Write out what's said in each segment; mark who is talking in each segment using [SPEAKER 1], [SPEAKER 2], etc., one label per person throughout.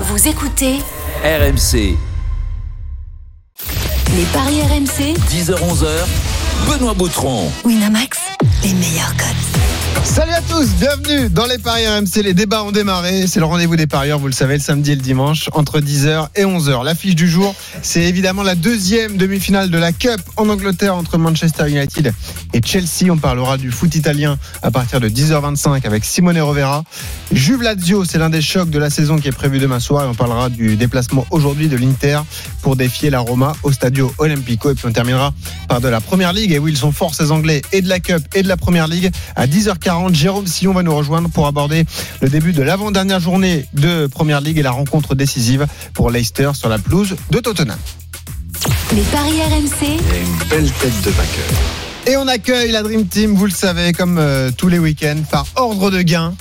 [SPEAKER 1] Vous écoutez
[SPEAKER 2] RMC,
[SPEAKER 1] les paris RMC
[SPEAKER 2] 10h-11h, Benoît Boutron.
[SPEAKER 1] Winamax, les meilleurs codes.
[SPEAKER 3] Salut à tous, bienvenue dans les Paris RMC. Les débats ont démarré, c'est le rendez-vous des parieurs, vous le savez, le samedi et le dimanche, entre 10h et 11h. L'affiche du jour, c'est évidemment la deuxième demi-finale de la Cup en Angleterre entre Manchester United et Chelsea. On parlera du foot italien à partir de 10h25 avec Simone Rovera. Juve Lazio, c'est l'un des chocs de la saison qui est prévu demain soir et on parlera du déplacement aujourd'hui de l'Inter pour défier la Roma au Stadio Olimpico. Et puis on terminera par de la Première Ligue. Et oui, ils sont forts ces Anglais et de la Cup et de la Première Ligue. À 10h40, Jérôme Sillon va nous rejoindre pour aborder le début de l'avant-dernière journée de Première Ligue et la rencontre décisive pour Leicester sur la pelouse de Tottenham.
[SPEAKER 1] Les paris RMC,
[SPEAKER 3] Et on accueille la Dream Team, vous le savez, comme euh, tous les week-ends, par ordre de gain.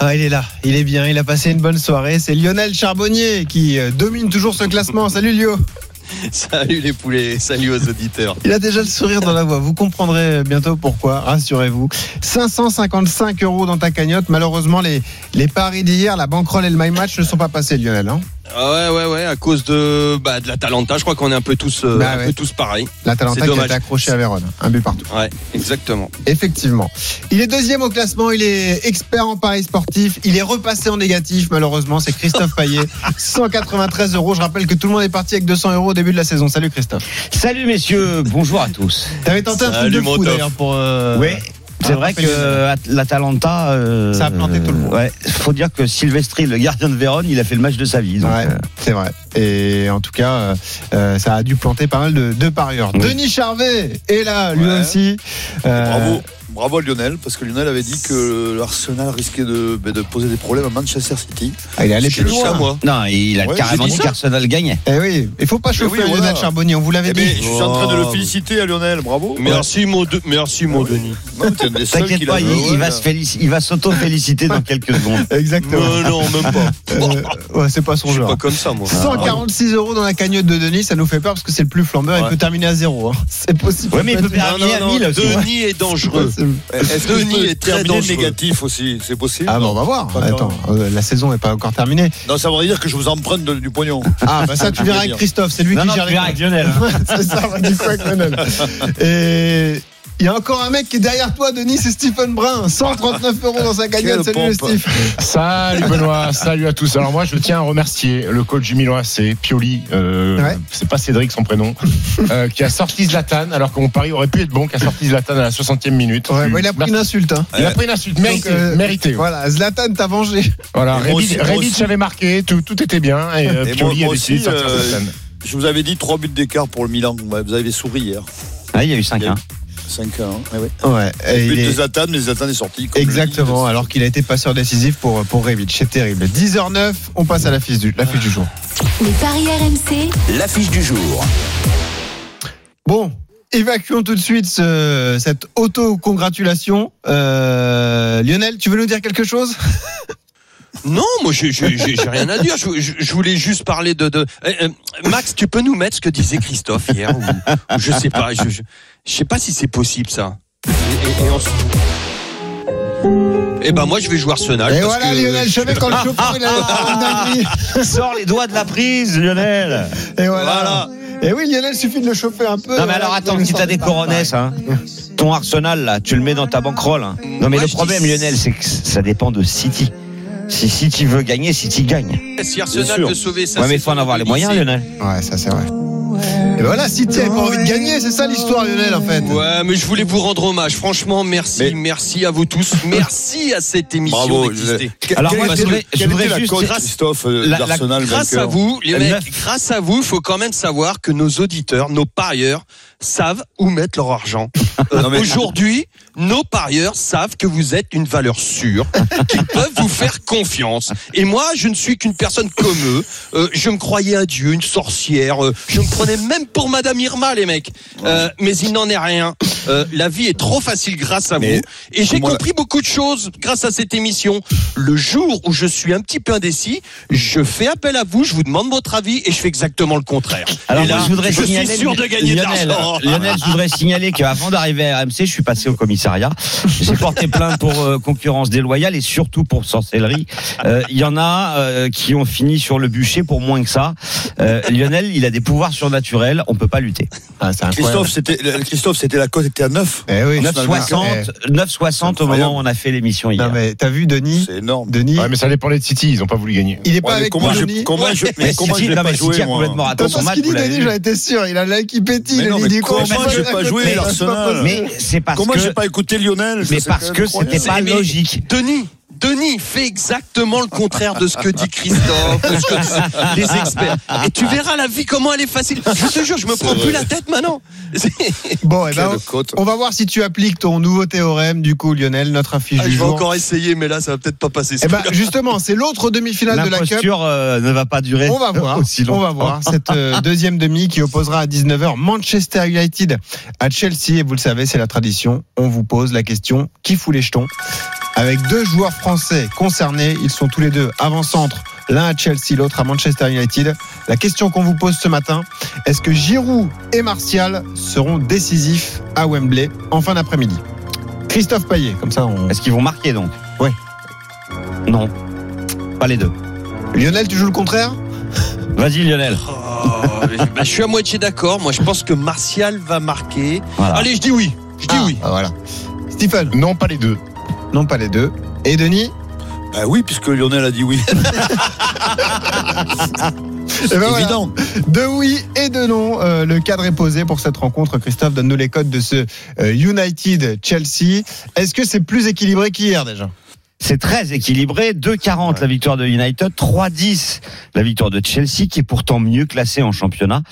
[SPEAKER 3] Ah, il est là, il est bien, il a passé une bonne soirée. C'est Lionel Charbonnier qui euh, domine toujours ce classement. Salut Lio
[SPEAKER 4] Salut les poulets, salut aux auditeurs.
[SPEAKER 3] Il a déjà le sourire dans la voix. Vous comprendrez bientôt pourquoi, rassurez-vous. 555 euros dans ta cagnotte. Malheureusement, les, les paris d'hier, la banquerolle et le My Match ne sont pas passés, Lionel. hein.
[SPEAKER 4] Ah Ouais, ouais, ouais, à cause de, bah, de la Talenta, je crois qu'on est un peu tous, euh,
[SPEAKER 3] Bah
[SPEAKER 4] un
[SPEAKER 3] ouais.
[SPEAKER 4] peu tous pareils.
[SPEAKER 3] La Talenta
[SPEAKER 4] C'est
[SPEAKER 3] qui a
[SPEAKER 4] dommage.
[SPEAKER 3] été accrochée à Vérone. Un but partout.
[SPEAKER 4] Ouais, exactement.
[SPEAKER 3] Effectivement. Il est deuxième au classement. Il est expert en paris sportif. Il est repassé en négatif, malheureusement. C'est Christophe Payet. 193 euros. Je rappelle que tout le monde est parti avec 200 euros au début de la saison. Salut Christophe.
[SPEAKER 5] Salut messieurs, bonjour à tous.
[SPEAKER 3] T'avais tenté un truc
[SPEAKER 4] Salut,
[SPEAKER 3] de
[SPEAKER 4] mon
[SPEAKER 3] fou
[SPEAKER 4] top.
[SPEAKER 3] d'ailleurs pour. euh,
[SPEAKER 5] Oui, c'est
[SPEAKER 3] Ah,
[SPEAKER 5] vrai que
[SPEAKER 3] rappelez-le.
[SPEAKER 5] euh, At- l'Atalanta. euh,
[SPEAKER 3] Ça a planté tout le monde.
[SPEAKER 5] Ouais, faut dire que Silvestri, le gardien de Vérone, il a fait le match de sa vie. donc,
[SPEAKER 3] Ouais,
[SPEAKER 5] euh,
[SPEAKER 3] c'est vrai. Et en tout cas, euh, euh, ça a dû planter pas mal de, de parieurs.
[SPEAKER 5] Oui.
[SPEAKER 3] Denis Charvet est là, lui
[SPEAKER 6] Ouais.
[SPEAKER 3] aussi. Euh,
[SPEAKER 6] Bravo. Bravo à Lionel, parce que Lionel avait dit que l'Arsenal risquait de, ben, de poser des problèmes à Manchester City.
[SPEAKER 3] ah, il est allé
[SPEAKER 4] Je
[SPEAKER 3] plus
[SPEAKER 4] suis ça,
[SPEAKER 3] loin.
[SPEAKER 4] moi.
[SPEAKER 5] Non, il a
[SPEAKER 6] Ouais,
[SPEAKER 5] carrément
[SPEAKER 6] j'ai dit
[SPEAKER 5] dit
[SPEAKER 6] ça.
[SPEAKER 5] qu'Arsenal gagnait.
[SPEAKER 3] Eh oui, il faut pas
[SPEAKER 6] Mais
[SPEAKER 3] chauffer
[SPEAKER 6] oui, voilà.
[SPEAKER 3] Lionel Charbonnier, on vous l'avait
[SPEAKER 6] Eh
[SPEAKER 3] dit.
[SPEAKER 6] ben, je suis en train de le féliciter à Lionel, bravo.
[SPEAKER 4] Merci, mon, de- merci, mon Denis.
[SPEAKER 6] Non, t'es un des seuls qui
[SPEAKER 5] T'inquiète
[SPEAKER 6] l'a
[SPEAKER 5] pas, il,
[SPEAKER 6] vu,
[SPEAKER 5] il
[SPEAKER 6] ouais.
[SPEAKER 5] va se félici- il va s'auto-féliciter dans quelques secondes.
[SPEAKER 3] Exactement.
[SPEAKER 4] Mais non, même pas.
[SPEAKER 3] Euh, ouais, c'est pas
[SPEAKER 4] Je
[SPEAKER 3] son
[SPEAKER 4] suis pas
[SPEAKER 3] genre.
[SPEAKER 4] comme ça, moi.
[SPEAKER 3] hein. 146 euros dans la cagnotte de Denis, ça nous fait peur parce que c'est le plus flambeur. Il
[SPEAKER 6] Ouais.
[SPEAKER 3] peut terminer à zéro. hein. C'est possible.
[SPEAKER 5] Ouais, mais il peut
[SPEAKER 4] Non,
[SPEAKER 5] terminer
[SPEAKER 4] non,
[SPEAKER 5] à
[SPEAKER 4] non,
[SPEAKER 5] 1000 aussi.
[SPEAKER 4] Denis est dangereux.
[SPEAKER 6] Est-ce que
[SPEAKER 4] Denis
[SPEAKER 6] Denis
[SPEAKER 4] est
[SPEAKER 6] est
[SPEAKER 4] très
[SPEAKER 6] terminé
[SPEAKER 4] dangereux.
[SPEAKER 6] négatif aussi C'est possible
[SPEAKER 3] Ah bon, on va voir.
[SPEAKER 6] Pas
[SPEAKER 3] Attends, euh, la saison n'est pas encore terminée.
[SPEAKER 6] Non, ça veut dire que je vous emprunte de- du pognon.
[SPEAKER 3] Ah, bah ça, tu verras avec Christophe, c'est lui
[SPEAKER 5] Non,
[SPEAKER 3] qui
[SPEAKER 5] non,
[SPEAKER 3] gère
[SPEAKER 5] tu
[SPEAKER 3] les
[SPEAKER 5] verras avec Lionel.
[SPEAKER 3] c'est ça, on dit quoi avec Lionel Et il y a encore un mec qui est derrière toi, Denis, c'est Stephen Brun. 139 euros dans sa cagnotte.
[SPEAKER 6] Quelle
[SPEAKER 3] Salut le
[SPEAKER 6] pompe.
[SPEAKER 3] Steve.
[SPEAKER 7] Salut Benoît, salut à tous. Alors moi je tiens à remercier le coach du Milan AC, Pioli, euh,
[SPEAKER 3] Ouais.
[SPEAKER 7] c'est pas Cédric son prénom, euh, qui a sorti Zlatan alors que mon pari aurait pu être bon, qui a sorti Zlatan à la 60e minute.
[SPEAKER 3] Ouais,
[SPEAKER 7] Tu-
[SPEAKER 3] bah, il a pris une insulte. hein.
[SPEAKER 7] il a pris une insulte méritée.
[SPEAKER 3] Donc, euh,
[SPEAKER 7] méritée.
[SPEAKER 3] Voilà, Zlatan t'a vengé.
[SPEAKER 7] Voilà,
[SPEAKER 6] Et moi aussi,
[SPEAKER 7] Rebic
[SPEAKER 6] moi
[SPEAKER 7] Rebic
[SPEAKER 6] aussi.
[SPEAKER 7] avait marqué, tout, tout était bien et, euh,
[SPEAKER 6] Et moi-
[SPEAKER 7] Pioli
[SPEAKER 6] moi
[SPEAKER 7] a décidé
[SPEAKER 6] aussi,
[SPEAKER 7] de sortir
[SPEAKER 6] euh,
[SPEAKER 7] Zlatan.
[SPEAKER 6] Je vous avais dit 3 buts d'écart pour le Milan. Ouais, Vous avez souri hier.
[SPEAKER 5] Ah, il y a eu 5-1.
[SPEAKER 6] 5-1. Eh ouais.
[SPEAKER 3] Ouais, et
[SPEAKER 6] But
[SPEAKER 3] il
[SPEAKER 6] de
[SPEAKER 3] est-
[SPEAKER 6] Zlatan, mais Zlatan est sorti. comme
[SPEAKER 3] Exactement,
[SPEAKER 6] le dit.
[SPEAKER 3] alors qu'il a été passeur décisif pour, pour Rebic. C'est terrible. 10h09, on passe à la fiche du, la fiche du jour.
[SPEAKER 1] les paris RMC,
[SPEAKER 2] L'affiche du jour.
[SPEAKER 3] Bon, évacuons tout de suite ce- cette auto-congratulation. Euh, Lionel, tu veux nous dire quelque chose
[SPEAKER 4] Non, moi, j'ai j'ai- j'ai- j'ai rien à dire. Je, je- je voulais juste parler de. de- Eh, eh, Max, tu peux nous mettre ce que disait Christophe hier ou, ou Je sais pas. Je, je, je sais pas si c'est possible, ça. Et, et- et on se- Eh ben, moi, je vais jouer Arsenal.
[SPEAKER 3] Et
[SPEAKER 4] parce
[SPEAKER 3] voilà,
[SPEAKER 4] que-
[SPEAKER 3] Lionel Chevet, quand le chauffeur, il a une dinguerie.
[SPEAKER 5] Sors les doigts de la prise, Lionel.
[SPEAKER 3] Et voilà. Et oui, Lionel, suffit de le chauffer un peu. hein.
[SPEAKER 5] Non mais alors attends, si t'as des coronets, hein, ton Arsenal là, tu le mets dans ta banquerolle. hein. Non mais
[SPEAKER 4] Moi,
[SPEAKER 5] le
[SPEAKER 4] je
[SPEAKER 5] problème
[SPEAKER 4] dis-
[SPEAKER 5] Lionel, c'est que ça dépend de City. Si City veut gagner, City gagne.
[SPEAKER 4] euh, Si Arsenal
[SPEAKER 5] sûr.
[SPEAKER 4] veut sauver ça.
[SPEAKER 5] Ouais, mais il faut en avoir les moyens Lionnaise.
[SPEAKER 3] Ouais, ça c'est vrai. Et voilà, City avait pas envie de gagner, c'est ça l'histoire, Lionel, en fait.
[SPEAKER 4] Ouais, mais je voulais vous rendre hommage. Franchement, merci,
[SPEAKER 6] Mais-
[SPEAKER 4] merci à vous tous. Merci à cette émission
[SPEAKER 6] Bravo.
[SPEAKER 4] d'exister.
[SPEAKER 6] Quelle-
[SPEAKER 5] Alors, moi,
[SPEAKER 6] quelle
[SPEAKER 5] je
[SPEAKER 6] était-
[SPEAKER 5] voudrais- je
[SPEAKER 6] quelle
[SPEAKER 5] voudrais
[SPEAKER 6] était la
[SPEAKER 5] juste-
[SPEAKER 6] cote,
[SPEAKER 5] grâce-
[SPEAKER 6] Christophe, euh,
[SPEAKER 5] la- la-
[SPEAKER 6] d'Arsenal
[SPEAKER 4] Grâce à
[SPEAKER 6] vainqueur
[SPEAKER 4] vous, les
[SPEAKER 5] Neuf.
[SPEAKER 4] mecs, grâce à vous, faut quand même savoir que nos auditeurs, nos parieurs, savent où mettre leur argent. Euh,
[SPEAKER 6] Non, mais-
[SPEAKER 4] Aujourd'hui, nos parieurs savent que vous êtes une valeur sûre, qu'ils peuvent vous faire confiance. Et moi, je ne suis qu'une personne comme eux. Euh, je me croyais un dieu, une sorcière. euh, je me prenais même pour Madame Irma, les mecs. Euh, mais il n'en est rien. Euh, la vie est trop facile grâce à
[SPEAKER 6] Mais-
[SPEAKER 4] vous. Et j'ai
[SPEAKER 6] Comment la-
[SPEAKER 4] compris beaucoup de choses grâce à cette émission. Le jour où je suis un petit peu indécis, je fais appel à vous, je vous demande votre avis et je fais exactement le contraire.
[SPEAKER 5] Alors
[SPEAKER 4] et
[SPEAKER 5] moi,
[SPEAKER 4] là,
[SPEAKER 5] je voudrais
[SPEAKER 4] suis
[SPEAKER 5] signaler
[SPEAKER 4] sûr de gagner de
[SPEAKER 5] Lionel,
[SPEAKER 4] l'argent.
[SPEAKER 5] euh, Lionel, je voudrais signaler qu'avant d'arriver à RMC, je suis passé au commissariat. J'ai porté plainte pour euh, concurrence déloyale et surtout pour sorcellerie. Euh, Il y en a euh, qui ont fini sur le bûcher pour moins que ça. Euh, Lionel, il a des pouvoirs surnaturels, on peut pas lutter.
[SPEAKER 3] Ah, c'est incroyable.
[SPEAKER 6] Christophe, c'était euh, Christophe, c'était la cote était à 9.
[SPEAKER 3] Eh oui.
[SPEAKER 5] 9,60 9,60 au moment où on a fait l'émission
[SPEAKER 3] eh, Non,
[SPEAKER 5] hier.
[SPEAKER 3] mais t'as vu, Denis
[SPEAKER 6] C'est énorme.
[SPEAKER 3] Denis,
[SPEAKER 7] Ouais, mais ça dépend des City, ils ont pas voulu gagner.
[SPEAKER 3] il est pas
[SPEAKER 6] Ouais, mais
[SPEAKER 3] avec
[SPEAKER 6] comment
[SPEAKER 3] nous,
[SPEAKER 6] je,
[SPEAKER 3] Denis.
[SPEAKER 6] comment je, mais
[SPEAKER 5] Mais
[SPEAKER 6] comment
[SPEAKER 5] City-
[SPEAKER 6] je vais
[SPEAKER 5] non,
[SPEAKER 6] pas
[SPEAKER 5] mais City
[SPEAKER 6] jouer
[SPEAKER 5] a complètement
[SPEAKER 6] moi
[SPEAKER 5] raté
[SPEAKER 3] T'as
[SPEAKER 5] son
[SPEAKER 3] pas ce
[SPEAKER 5] match.
[SPEAKER 3] qu'il dit,
[SPEAKER 5] vous l'avez
[SPEAKER 3] Denis,
[SPEAKER 5] vu.
[SPEAKER 3] j'en étais sûr. Il a l'œil qui pétille.
[SPEAKER 6] Mais non,
[SPEAKER 3] il
[SPEAKER 6] mais
[SPEAKER 3] dit
[SPEAKER 6] comment
[SPEAKER 3] quoi,
[SPEAKER 5] je vais
[SPEAKER 3] passe
[SPEAKER 5] pas
[SPEAKER 3] à
[SPEAKER 6] jouer,
[SPEAKER 3] côté,
[SPEAKER 6] l'Arsenal
[SPEAKER 3] c'est pas
[SPEAKER 5] Mais c'est parce
[SPEAKER 6] Comment
[SPEAKER 5] que
[SPEAKER 6] j'ai pas écouté Lionel
[SPEAKER 5] mais parce que c'était
[SPEAKER 6] c'était
[SPEAKER 5] pas
[SPEAKER 4] Mais-
[SPEAKER 5] logique.
[SPEAKER 4] Denis, Denis fait exactement le contraire de ce que dit Christophe, de ce que disent les experts. Et tu verras la vie comment elle est facile. Je te jure, je me prends plus la tête maintenant. C'est-
[SPEAKER 3] Bon, eh ben,
[SPEAKER 6] Quelle cote.
[SPEAKER 3] on va voir si tu appliques ton nouveau théorème, du coup, Lionel, notre affiche
[SPEAKER 4] Ah,
[SPEAKER 3] du
[SPEAKER 4] je vais
[SPEAKER 3] jour.
[SPEAKER 4] encore essayer, mais là, ça va peut-être pas passer.
[SPEAKER 3] Eh ben, justement, c'est l'autre demi-finale de la Cup.
[SPEAKER 5] L'imposture euh, ne va pas durer
[SPEAKER 3] On va voir.
[SPEAKER 5] aussi
[SPEAKER 3] On
[SPEAKER 5] longtemps.
[SPEAKER 3] va voir cette euh, deuxième demi qui opposera à 19h Manchester United à Chelsea. Et vous le savez, c'est la tradition. On vous pose la question qui fout les jetons Avec deux joueurs français concernés, ils sont tous les deux avant-centre, l'un à Chelsea, l'autre à Manchester United. La question qu'on vous pose ce matin est-ce que Giroud et Martial seront décisifs à Wembley en fin d'après-midi Christophe Payet, comme ça on.
[SPEAKER 5] Est-ce qu'ils vont marquer donc
[SPEAKER 3] Ouais.
[SPEAKER 5] Non. Pas les deux.
[SPEAKER 3] Lionel, tu joues le contraire
[SPEAKER 5] Vas-y Lionel.
[SPEAKER 4] Oh, bah, je suis à moitié d'accord. Moi, je pense que Martial va marquer.
[SPEAKER 5] Voilà.
[SPEAKER 4] Allez, je dis oui. Je dis
[SPEAKER 3] Ah,
[SPEAKER 4] oui.
[SPEAKER 3] ah, voilà. Stephen
[SPEAKER 7] Non, pas les deux.
[SPEAKER 3] Non, pas les deux. Et Denis
[SPEAKER 6] Bah oui, puisque Lionel a dit oui.
[SPEAKER 3] Eh
[SPEAKER 6] C'est
[SPEAKER 3] ben voilà.
[SPEAKER 6] évident.
[SPEAKER 3] De oui et de non, euh, le cadre est posé pour cette rencontre. Christophe, donne-nous les codes de ce euh, United-Chelsea. Est-ce que c'est plus équilibré qu'hier déjà
[SPEAKER 5] C'est très équilibré. 2,40 la victoire de United, 3,10 la victoire de Chelsea, qui est pourtant mieux classé en championnat.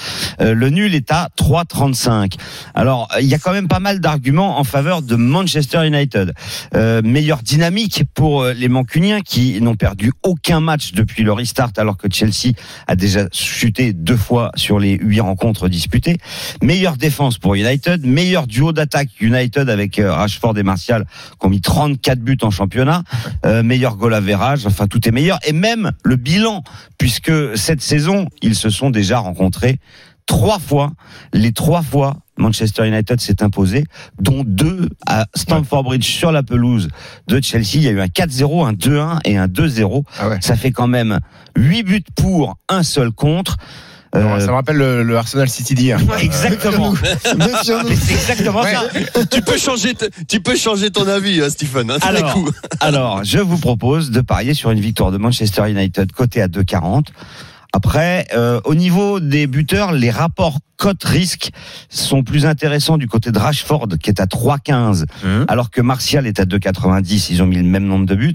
[SPEAKER 5] Euh, le nul est à 3,35. Alors, euh, il y a quand même pas mal d'arguments en faveur de Manchester United. Euh, meilleure dynamique pour euh, les Mancuniens qui n'ont perdu aucun match depuis le restart, alors que Chelsea a déjà chuté deux fois sur les huit rencontres disputées. Meilleure défense pour United, meilleur duo d'attaque United avec euh, Rashford et Martial qui ont mis 34 buts en championnat, euh, meilleur goal à verrage, enfin tout est meilleur, et même le bilan, puisque cette saison, ils se sont déjà rencontrés trois fois, les trois fois. Manchester United s'est imposé, dont deux à Stamford Bridge sur la pelouse de Chelsea. Il y a eu un 4-0, un 2-1 et un 2-0.
[SPEAKER 3] Ah ouais.
[SPEAKER 5] Ça fait quand même huit buts pour, un seul contre.
[SPEAKER 7] Alors,
[SPEAKER 5] Euh,
[SPEAKER 7] ça me rappelle le, le Arsenal City d'hier.
[SPEAKER 5] exactement.
[SPEAKER 3] Méfions-nous.
[SPEAKER 5] Mais c'est exactement
[SPEAKER 7] Ouais.
[SPEAKER 5] ça.
[SPEAKER 4] tu, peux changer t- tu peux changer ton avis, hein, Stephen. hein, tout d'un
[SPEAKER 5] Alors.
[SPEAKER 4] coup.
[SPEAKER 5] Alors, je vous propose de parier sur une victoire de Manchester United côté à 2,40. Après, euh, au niveau des buteurs, les rapports cote-risque sont plus intéressants du côté de Rashford, qui est à 3,15,
[SPEAKER 4] Hein
[SPEAKER 3] Mhm.
[SPEAKER 5] alors que Martial est à 2,90. Ils ont mis le même nombre de buts.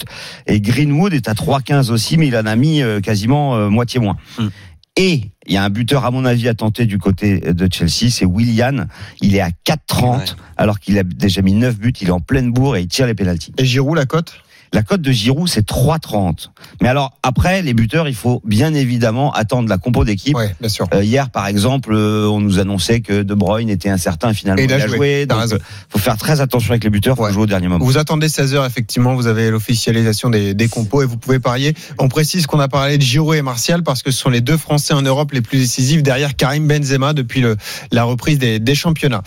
[SPEAKER 5] Et Greenwood est à 3,15 aussi, mais il en a mis euh, quasiment euh, moitié moins.
[SPEAKER 4] Hein.
[SPEAKER 5] Et il y a un buteur, à mon avis, à tenter du côté euh, de Chelsea, c'est Willian. Il est à 4,30,
[SPEAKER 4] Ouais.
[SPEAKER 5] alors qu'il a déjà mis 9 buts. Il est en pleine bourre et il tire les pénalties.
[SPEAKER 3] Et Giroud, la cote
[SPEAKER 5] La cote de Giroud, c'est 3,30. Mais alors, après, les buteurs, il faut bien évidemment attendre la compo d'équipe.
[SPEAKER 3] Oui, bien sûr.
[SPEAKER 5] Euh, hier, par exemple, euh, on nous annonçait que De Bruyne était incertain finalement.
[SPEAKER 3] Et il a joué, t'as
[SPEAKER 5] donc,
[SPEAKER 3] raison.
[SPEAKER 5] euh, faut faire très attention avec les buteurs, faut
[SPEAKER 3] Ouais.
[SPEAKER 5] jouer au dernier moment.
[SPEAKER 3] Vous attendez 16h, effectivement, vous avez l'officialisation des, des compos et vous pouvez parier. On précise qu'on a parlé de Giroud et Martial parce que ce sont les deux Français en Europe les plus décisifs derrière Karim Benzema depuis le- la reprise des, des championnats.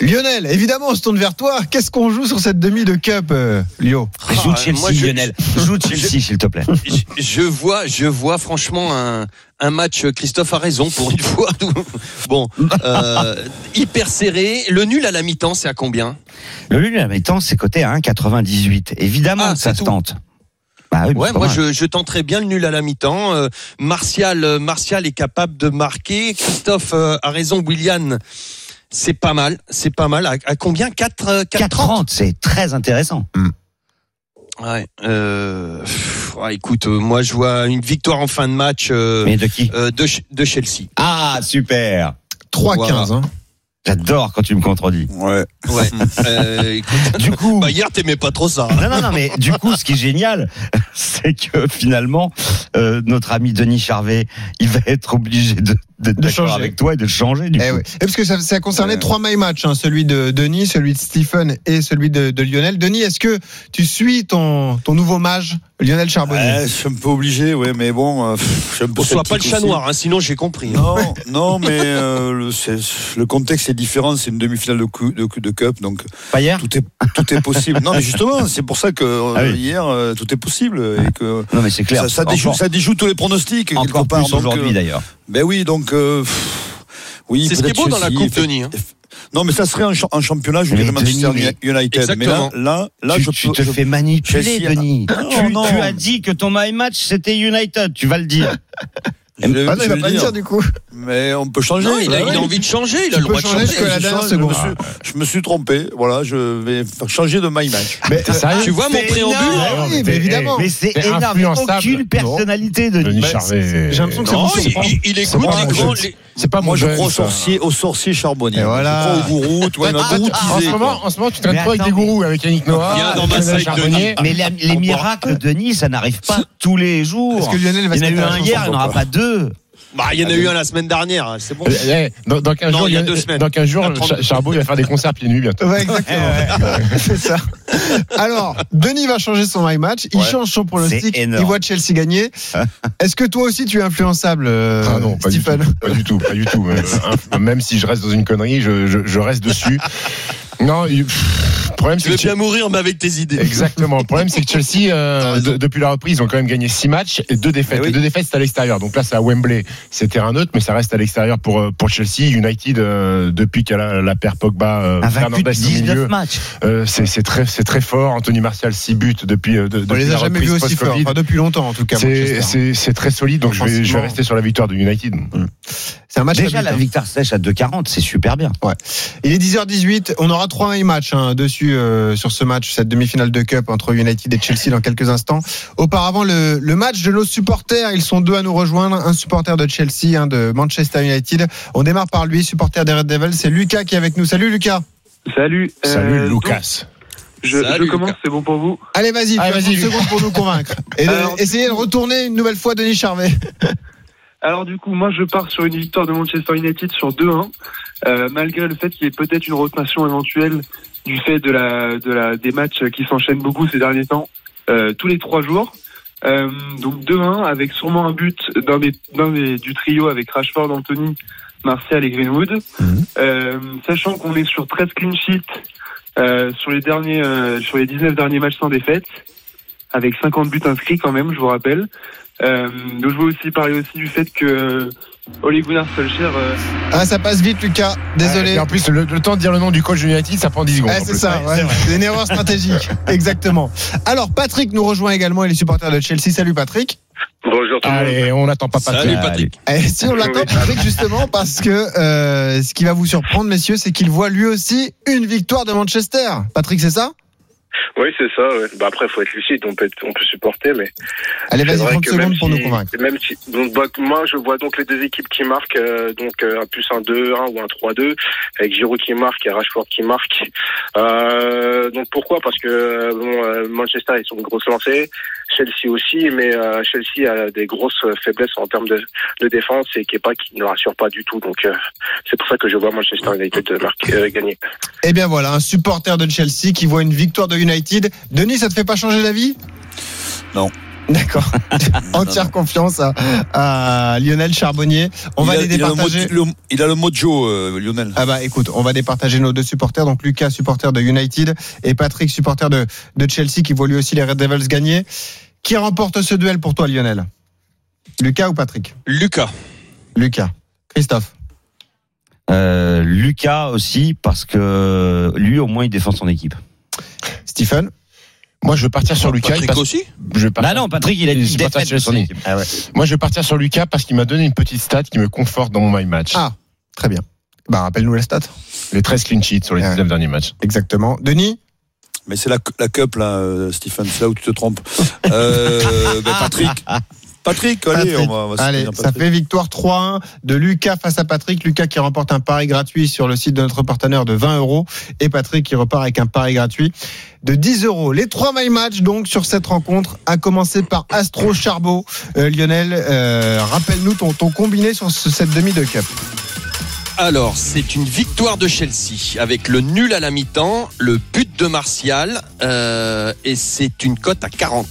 [SPEAKER 3] Lionel, évidemment, on se tourne vers toi. Qu'est-ce qu'on joue sur cette demi de Cup, euh, Lio
[SPEAKER 5] Joue
[SPEAKER 4] Ah,
[SPEAKER 5] Chelsea,
[SPEAKER 4] moi, je-
[SPEAKER 5] Lionel. Joue Chelsea, s'il te plaît.
[SPEAKER 4] je, je vois, je vois franchement un, un match. euh, Christophe a raison pour une fois. bon, euh, hyper serré. Le nul à la mi-temps, c'est à combien
[SPEAKER 5] Le nul à la mi-temps, c'est coté à 1,98. Évidemment
[SPEAKER 4] Ah,
[SPEAKER 5] que ça se
[SPEAKER 4] c'est tout.
[SPEAKER 5] tente. Bah oui, mais
[SPEAKER 4] Ouais,
[SPEAKER 5] c'est pas
[SPEAKER 4] moi
[SPEAKER 5] mal.
[SPEAKER 4] je, je tenterais bien le nul à la mi-temps. Euh, Martial, euh, Martial est capable de marquer. Christophe euh, a raison. Willian, c'est pas mal, c'est pas mal. À, à combien 4 euh, 4,30?
[SPEAKER 5] 4,30, c'est très intéressant.
[SPEAKER 4] Ouais. Euh, pff, ouais, écoute, euh, moi je vois une victoire en fin de match euh,
[SPEAKER 5] Mais de qui
[SPEAKER 4] euh, de, Ch- de Chelsea.
[SPEAKER 5] Ah, super
[SPEAKER 3] 3-15. hein.
[SPEAKER 5] J'adore quand tu me contredis.
[SPEAKER 6] Ouais.
[SPEAKER 4] Ouais. Euh, écoute,
[SPEAKER 5] Du coup,
[SPEAKER 4] bah hier t'aimais pas trop ça.
[SPEAKER 5] Non, non, non, mais du coup, ce qui est génial, c'est que finalement, euh, notre ami Denis Charvet, il va être obligé de, d'être d'accord
[SPEAKER 3] changer.
[SPEAKER 5] avec toi et de changer du
[SPEAKER 3] Eh
[SPEAKER 5] coup.
[SPEAKER 3] oui. Et parce que ça, ça
[SPEAKER 7] Euh.
[SPEAKER 3] concernait trois my match, hein, celui de Denis, celui de Stephen et celui de, de Lionel. Denis, est-ce que tu suis ton, ton nouveau mage, Lionel Charbonnier
[SPEAKER 6] Ouais, je suis un peu obligé, ouais, mais bon, euh, pff, je suis un peu
[SPEAKER 4] Qu'on soit pas le
[SPEAKER 6] sceptique
[SPEAKER 4] chat
[SPEAKER 6] aussi.
[SPEAKER 4] noir, hein, sinon j'ai compris. hein.
[SPEAKER 6] Non, non, mais euh, le, c'est- le contexte est différent. C'est une demi-finale de, cou- de, de cup, donc
[SPEAKER 5] Pas hier
[SPEAKER 6] tout est tout est possible. Non, mais justement, c'est pour ça que euh,
[SPEAKER 5] Ah oui.
[SPEAKER 6] hier euh, tout est possible et que
[SPEAKER 5] Non mais c'est clair.
[SPEAKER 6] ça, ça déjoue,
[SPEAKER 5] Encore-
[SPEAKER 6] ça déjoue tous les pronostics quelque
[SPEAKER 5] encore
[SPEAKER 6] part.
[SPEAKER 5] plus
[SPEAKER 6] donc,
[SPEAKER 5] aujourd'hui
[SPEAKER 6] euh,
[SPEAKER 5] d'ailleurs.
[SPEAKER 6] ben oui, donc euh, pff, oui.
[SPEAKER 4] C'est ce qui est
[SPEAKER 6] peut-être
[SPEAKER 4] beau dans la
[SPEAKER 6] Chelsea,
[SPEAKER 4] Coupe, Denis, hein.
[SPEAKER 6] Non, mais ça serait un, cha- un championnat, je
[SPEAKER 5] Mais
[SPEAKER 6] dirais
[SPEAKER 5] Denis,
[SPEAKER 6] Manchester
[SPEAKER 5] mais-
[SPEAKER 6] United.
[SPEAKER 4] Exactement.
[SPEAKER 6] Mais là, là, là
[SPEAKER 5] tu,
[SPEAKER 6] je
[SPEAKER 5] tu
[SPEAKER 6] peux-
[SPEAKER 5] te
[SPEAKER 6] je-
[SPEAKER 5] fais manipuler,
[SPEAKER 6] Chelsea a-
[SPEAKER 5] Denis.
[SPEAKER 6] Non,
[SPEAKER 5] tu,
[SPEAKER 6] non.
[SPEAKER 5] tu as dit que ton my match c'était United. Tu vas le dire.
[SPEAKER 6] je- je
[SPEAKER 3] Ah non, il va
[SPEAKER 6] vais
[SPEAKER 3] pas
[SPEAKER 6] le
[SPEAKER 3] le
[SPEAKER 6] dire.
[SPEAKER 3] dire du coup.
[SPEAKER 6] Mais on peut changer.
[SPEAKER 4] Non, il a,
[SPEAKER 6] ouais,
[SPEAKER 4] il a
[SPEAKER 6] ouais.
[SPEAKER 4] envie de changer, il a
[SPEAKER 3] Tu
[SPEAKER 4] le
[SPEAKER 3] peux
[SPEAKER 4] droit de
[SPEAKER 3] changer
[SPEAKER 4] changer.
[SPEAKER 3] jusqu'à la
[SPEAKER 6] Je
[SPEAKER 3] dernière
[SPEAKER 6] change,
[SPEAKER 3] seconde.
[SPEAKER 6] Je me, suis, je me suis trompé. Voilà, je vais faire changer de my match.
[SPEAKER 3] Mais, euh,
[SPEAKER 6] Ah,
[SPEAKER 7] sérieux
[SPEAKER 4] Tu vois mon
[SPEAKER 5] C'est
[SPEAKER 4] préambule
[SPEAKER 7] Ouais,
[SPEAKER 3] oui,
[SPEAKER 7] mais
[SPEAKER 3] mais
[SPEAKER 7] t'es-
[SPEAKER 3] évidemment.
[SPEAKER 5] Mais c'est
[SPEAKER 7] T'es
[SPEAKER 5] énorme. Il y a
[SPEAKER 7] eh, influençable.
[SPEAKER 5] Aucune
[SPEAKER 7] Non.
[SPEAKER 5] personnalité, Denis.
[SPEAKER 7] Denis
[SPEAKER 3] Bah,
[SPEAKER 7] Charvet.
[SPEAKER 3] j'ai l'impression que ça
[SPEAKER 7] Non,
[SPEAKER 4] Non,
[SPEAKER 3] vous
[SPEAKER 7] c'est
[SPEAKER 4] il,
[SPEAKER 7] pas-
[SPEAKER 4] Oh, il- il
[SPEAKER 7] C'est
[SPEAKER 4] écoute
[SPEAKER 7] pas
[SPEAKER 4] les
[SPEAKER 7] mon
[SPEAKER 4] grands.
[SPEAKER 7] jeu.
[SPEAKER 4] les-
[SPEAKER 7] C'est
[SPEAKER 3] Ah,
[SPEAKER 7] pas
[SPEAKER 6] Moi,
[SPEAKER 7] mon
[SPEAKER 6] je
[SPEAKER 7] jeu,
[SPEAKER 6] crois au
[SPEAKER 7] ça.
[SPEAKER 6] sorcier, au sorcier charbonnier.
[SPEAKER 3] Et voilà.
[SPEAKER 6] Je crois au gourou, tu vois, il m'a
[SPEAKER 5] Ah,
[SPEAKER 7] En
[SPEAKER 6] boutisé.
[SPEAKER 7] ce moment, en ce moment, tu traînes
[SPEAKER 5] Mais
[SPEAKER 7] trop avec
[SPEAKER 5] attends,
[SPEAKER 7] des gourous, avec Yannick Noah,
[SPEAKER 4] Viens dans ma
[SPEAKER 7] Lionel
[SPEAKER 4] salle,
[SPEAKER 7] Charbonnier.
[SPEAKER 5] Mais
[SPEAKER 6] Ah,
[SPEAKER 5] la- les
[SPEAKER 4] comprend.
[SPEAKER 5] miracles de Denis, ça n'arrive pas tous les
[SPEAKER 3] Est-ce
[SPEAKER 5] jours.
[SPEAKER 3] que Lionel va
[SPEAKER 5] Il y
[SPEAKER 3] se
[SPEAKER 5] en a
[SPEAKER 3] mettre
[SPEAKER 5] eu
[SPEAKER 3] à la
[SPEAKER 5] un hier, il
[SPEAKER 3] chanson
[SPEAKER 5] n'y en aura
[SPEAKER 3] encore
[SPEAKER 5] pas deux.
[SPEAKER 4] Bah, il y en a eu un la semaine dernière, hein, c'est bon.
[SPEAKER 7] Eh, eh, Dans, dans 15
[SPEAKER 4] Non,
[SPEAKER 7] jours,
[SPEAKER 4] il y a
[SPEAKER 7] Yann-
[SPEAKER 4] deux semaines.
[SPEAKER 7] dans 15 jours,
[SPEAKER 4] Il y a trente- Eh,
[SPEAKER 7] Char- Charbot il va faire des concerts pieds nus bientôt.
[SPEAKER 3] Ouais, exactement. c'est ça. Alors, Denis va changer son my match. Il
[SPEAKER 5] Ouais.
[SPEAKER 3] change son pronostic.
[SPEAKER 5] C'est énorme.
[SPEAKER 3] Il voit Chelsea gagner. Est-ce que toi aussi tu es influençable, euh,
[SPEAKER 7] Ah non, pas du, tout,
[SPEAKER 3] Stephen
[SPEAKER 7] pas du tout, pas du tout. Euh, un- Même si je reste dans une connerie, je, je- je reste dessus. Non, il- pff, le problème
[SPEAKER 4] Tu
[SPEAKER 7] c'est
[SPEAKER 4] veux
[SPEAKER 7] que
[SPEAKER 4] bien mourir, mais avec tes idées.
[SPEAKER 7] Exactement. Le problème, c'est que Chelsea, euh, de- depuis la reprise, ils ont quand même gagné 6 matchs et 2 défaites.
[SPEAKER 6] Eh oui.
[SPEAKER 7] Les deux défaites, c'est à l'extérieur. Donc là, c'est à Wembley. C'est terrain neutre, mais ça reste à l'extérieur pour, euh, pour Chelsea. United, euh, depuis qu'elle a la paire Pogba, euh,
[SPEAKER 5] Un vaincu de
[SPEAKER 7] Fernandez au
[SPEAKER 5] 19
[SPEAKER 7] milieu,
[SPEAKER 5] matchs.
[SPEAKER 7] euh, c'est c'est très, c'est très fort. Anthony Martial, 6 buts depuis, euh, de-
[SPEAKER 3] On
[SPEAKER 7] depuis
[SPEAKER 3] les
[SPEAKER 7] la
[SPEAKER 3] a jamais
[SPEAKER 7] reprise
[SPEAKER 3] vus aussi forts.
[SPEAKER 7] post-Covid.
[SPEAKER 3] Enfin, depuis longtemps en tout cas.
[SPEAKER 7] C'est-
[SPEAKER 3] Manchester. Euh,
[SPEAKER 7] C'est c'est très solide, donc je vais, je vais
[SPEAKER 3] Offensivement.
[SPEAKER 7] rester sur la victoire de United.
[SPEAKER 3] C'est un match à
[SPEAKER 5] Déjà,
[SPEAKER 3] but,
[SPEAKER 5] la
[SPEAKER 3] hein.
[SPEAKER 5] victoire sèche à 2,40, c'est super bien.
[SPEAKER 3] Il est 10h18, on aura trois matchs hein, dessus euh, sur ce match, cette demi-finale de Cup entre United et Chelsea dans quelques instants. Auparavant, le, le match de nos supporters, ils sont deux à nous rejoindre, un supporter de Chelsea, un de Manchester United. On démarre par lui, supporter des Red Devils, c'est Lucas qui est avec nous. Salut Lucas
[SPEAKER 8] Salut. euh,
[SPEAKER 7] Salut,
[SPEAKER 8] donc,
[SPEAKER 7] Lucas.
[SPEAKER 8] je, je
[SPEAKER 4] Salut,
[SPEAKER 8] commence,
[SPEAKER 4] Lucas.
[SPEAKER 8] c'est bon pour vous.
[SPEAKER 3] Allez vas-y, tu as
[SPEAKER 7] Allez,
[SPEAKER 3] 30
[SPEAKER 7] vas-y, Lucas.
[SPEAKER 3] secondes pour nous convaincre. Et de-
[SPEAKER 8] Alors-
[SPEAKER 3] essayez de retourner une nouvelle fois Denis Charvet.
[SPEAKER 8] Alors du coup, moi je pars sur une victoire de Manchester United sur 2-1, euh, malgré le fait qu'il y ait peut-être une rotation éventuelle du fait de la, de la des matchs qui s'enchaînent beaucoup ces derniers temps, euh, tous les trois jours. Euh, donc 2-1 avec sûrement un but d'un des, d'un des- du trio avec Rashford, Anthony, Martial et Greenwood. Euh, sachant qu'on est sur 13 clean sheets euh, sur les derniers euh, sur les 19 derniers matchs sans défaite, avec 50 buts inscrits quand même, je vous rappelle. Euh, donc je veux aussi parler aussi du fait que euh, Ole Gunnar Solskjaer euh,
[SPEAKER 3] Ah ça passe vite Lucas, désolé.
[SPEAKER 7] Et en plus, le, le temps de dire le nom du coach de United, ça prend 10 secondes.
[SPEAKER 3] Ah,
[SPEAKER 7] en
[SPEAKER 3] c'est
[SPEAKER 7] plus.
[SPEAKER 3] ça, ouais. c'est une erreur stratégique, exactement. Alors Patrick nous rejoint également, il est supporter de Chelsea. Salut Patrick.
[SPEAKER 9] Bonjour tout le monde.
[SPEAKER 7] Allez, on n'attend pas Patrick.
[SPEAKER 4] Salut Patrick.
[SPEAKER 3] Et Eh, si on l'attend, Patrick, justement, parce que euh, ce qui va vous surprendre, messieurs, c'est qu'il voit lui aussi une victoire de Manchester. Patrick, c'est ça
[SPEAKER 9] Oui, c'est ça. ouais. Bah après, faut être lucide. On peut, être- on peut supporter, mais
[SPEAKER 3] Allez,
[SPEAKER 9] c'est
[SPEAKER 3] vas-y,
[SPEAKER 9] vrai
[SPEAKER 3] 30
[SPEAKER 9] que même
[SPEAKER 3] secondes pour nous
[SPEAKER 9] si-
[SPEAKER 3] convaincre.
[SPEAKER 9] Même si, donc, bah, moi, je vois donc les deux équipes qui marquent, euh, donc euh, un plus un 2, 1 ou un 3-2, avec Giroud qui marque et Rashford qui marque. Euh, donc pourquoi Parce que euh, bon, euh, Manchester ils sont une grosse lancée, Chelsea aussi, mais euh, Chelsea a des grosses faiblesses en termes de, de défense et qui est pas qui ne rassure pas du tout. Donc euh, c'est pour ça que je vois Manchester United euh, marquer, euh, gagner.
[SPEAKER 3] Eh bien voilà, un supporter de Chelsea qui voit une victoire de United. Denis, ça te fait pas changer d'avis
[SPEAKER 6] Non.
[SPEAKER 3] D'accord. Entière confiance à, à Lionel Charbonnier. On
[SPEAKER 6] Il
[SPEAKER 3] va
[SPEAKER 6] a-
[SPEAKER 3] les
[SPEAKER 6] il a le
[SPEAKER 3] départager.
[SPEAKER 6] mojo- le- Il a le mojo, euh, Lionel.
[SPEAKER 3] Ah bah écoute, on va départager nos deux supporters, donc Lucas supporter de United et Patrick supporter de, de Chelsea qui voit lui aussi les Red Devils gagner. Qui remporte ce duel pour toi Lionel Lucas ou Patrick
[SPEAKER 4] Lucas.
[SPEAKER 3] Lucas. Christophe.
[SPEAKER 5] Euh, Lucas aussi, parce que lui, au moins, il défend son équipe.
[SPEAKER 3] Stephen.
[SPEAKER 7] Moi, je veux partir sur Lucas.
[SPEAKER 4] Patrick
[SPEAKER 7] parce-
[SPEAKER 4] aussi
[SPEAKER 7] je vais partir-
[SPEAKER 5] Bah non, Patrick, il a dit
[SPEAKER 7] Il supporte
[SPEAKER 5] défaite de son
[SPEAKER 7] Chelsea.
[SPEAKER 5] équipe. Ah ouais.
[SPEAKER 7] Moi, je vais partir sur Lucas parce qu'il m'a donné une petite stat qui me conforte dans mon my match.
[SPEAKER 3] Ah. Très bien. Bah rappelle-nous la stat.
[SPEAKER 7] Les 13 clean sheets sur les
[SPEAKER 3] Ouais.
[SPEAKER 7] 19 derniers matchs.
[SPEAKER 3] Exactement. Denis
[SPEAKER 6] Mais c'est la, la cup, là, euh, Stephen, c'est là où tu te trompes. Euh, ben, Patrick, Patrick, allez,
[SPEAKER 3] Patrick.
[SPEAKER 6] on
[SPEAKER 5] Oh,
[SPEAKER 6] va, on va se
[SPEAKER 3] Allez,
[SPEAKER 6] tenir,
[SPEAKER 3] ça
[SPEAKER 6] Patrick.
[SPEAKER 3] fait victoire 3-1 de Lucas face à Patrick. Lucas qui remporte un pari gratuit sur le site de notre partenaire de 20 euros. Et Patrick qui repart avec un pari gratuit de 10 euros. Les trois my match donc sur cette rencontre, à commencer par Astro Charbot. Euh, Lionel, euh, rappelle-nous ton, ton combiné sur ce- cette demi de cup.
[SPEAKER 4] Alors, c'est une victoire de Chelsea avec le nul à la mi-temps, le but de Martial euh, et c'est une cote à 40.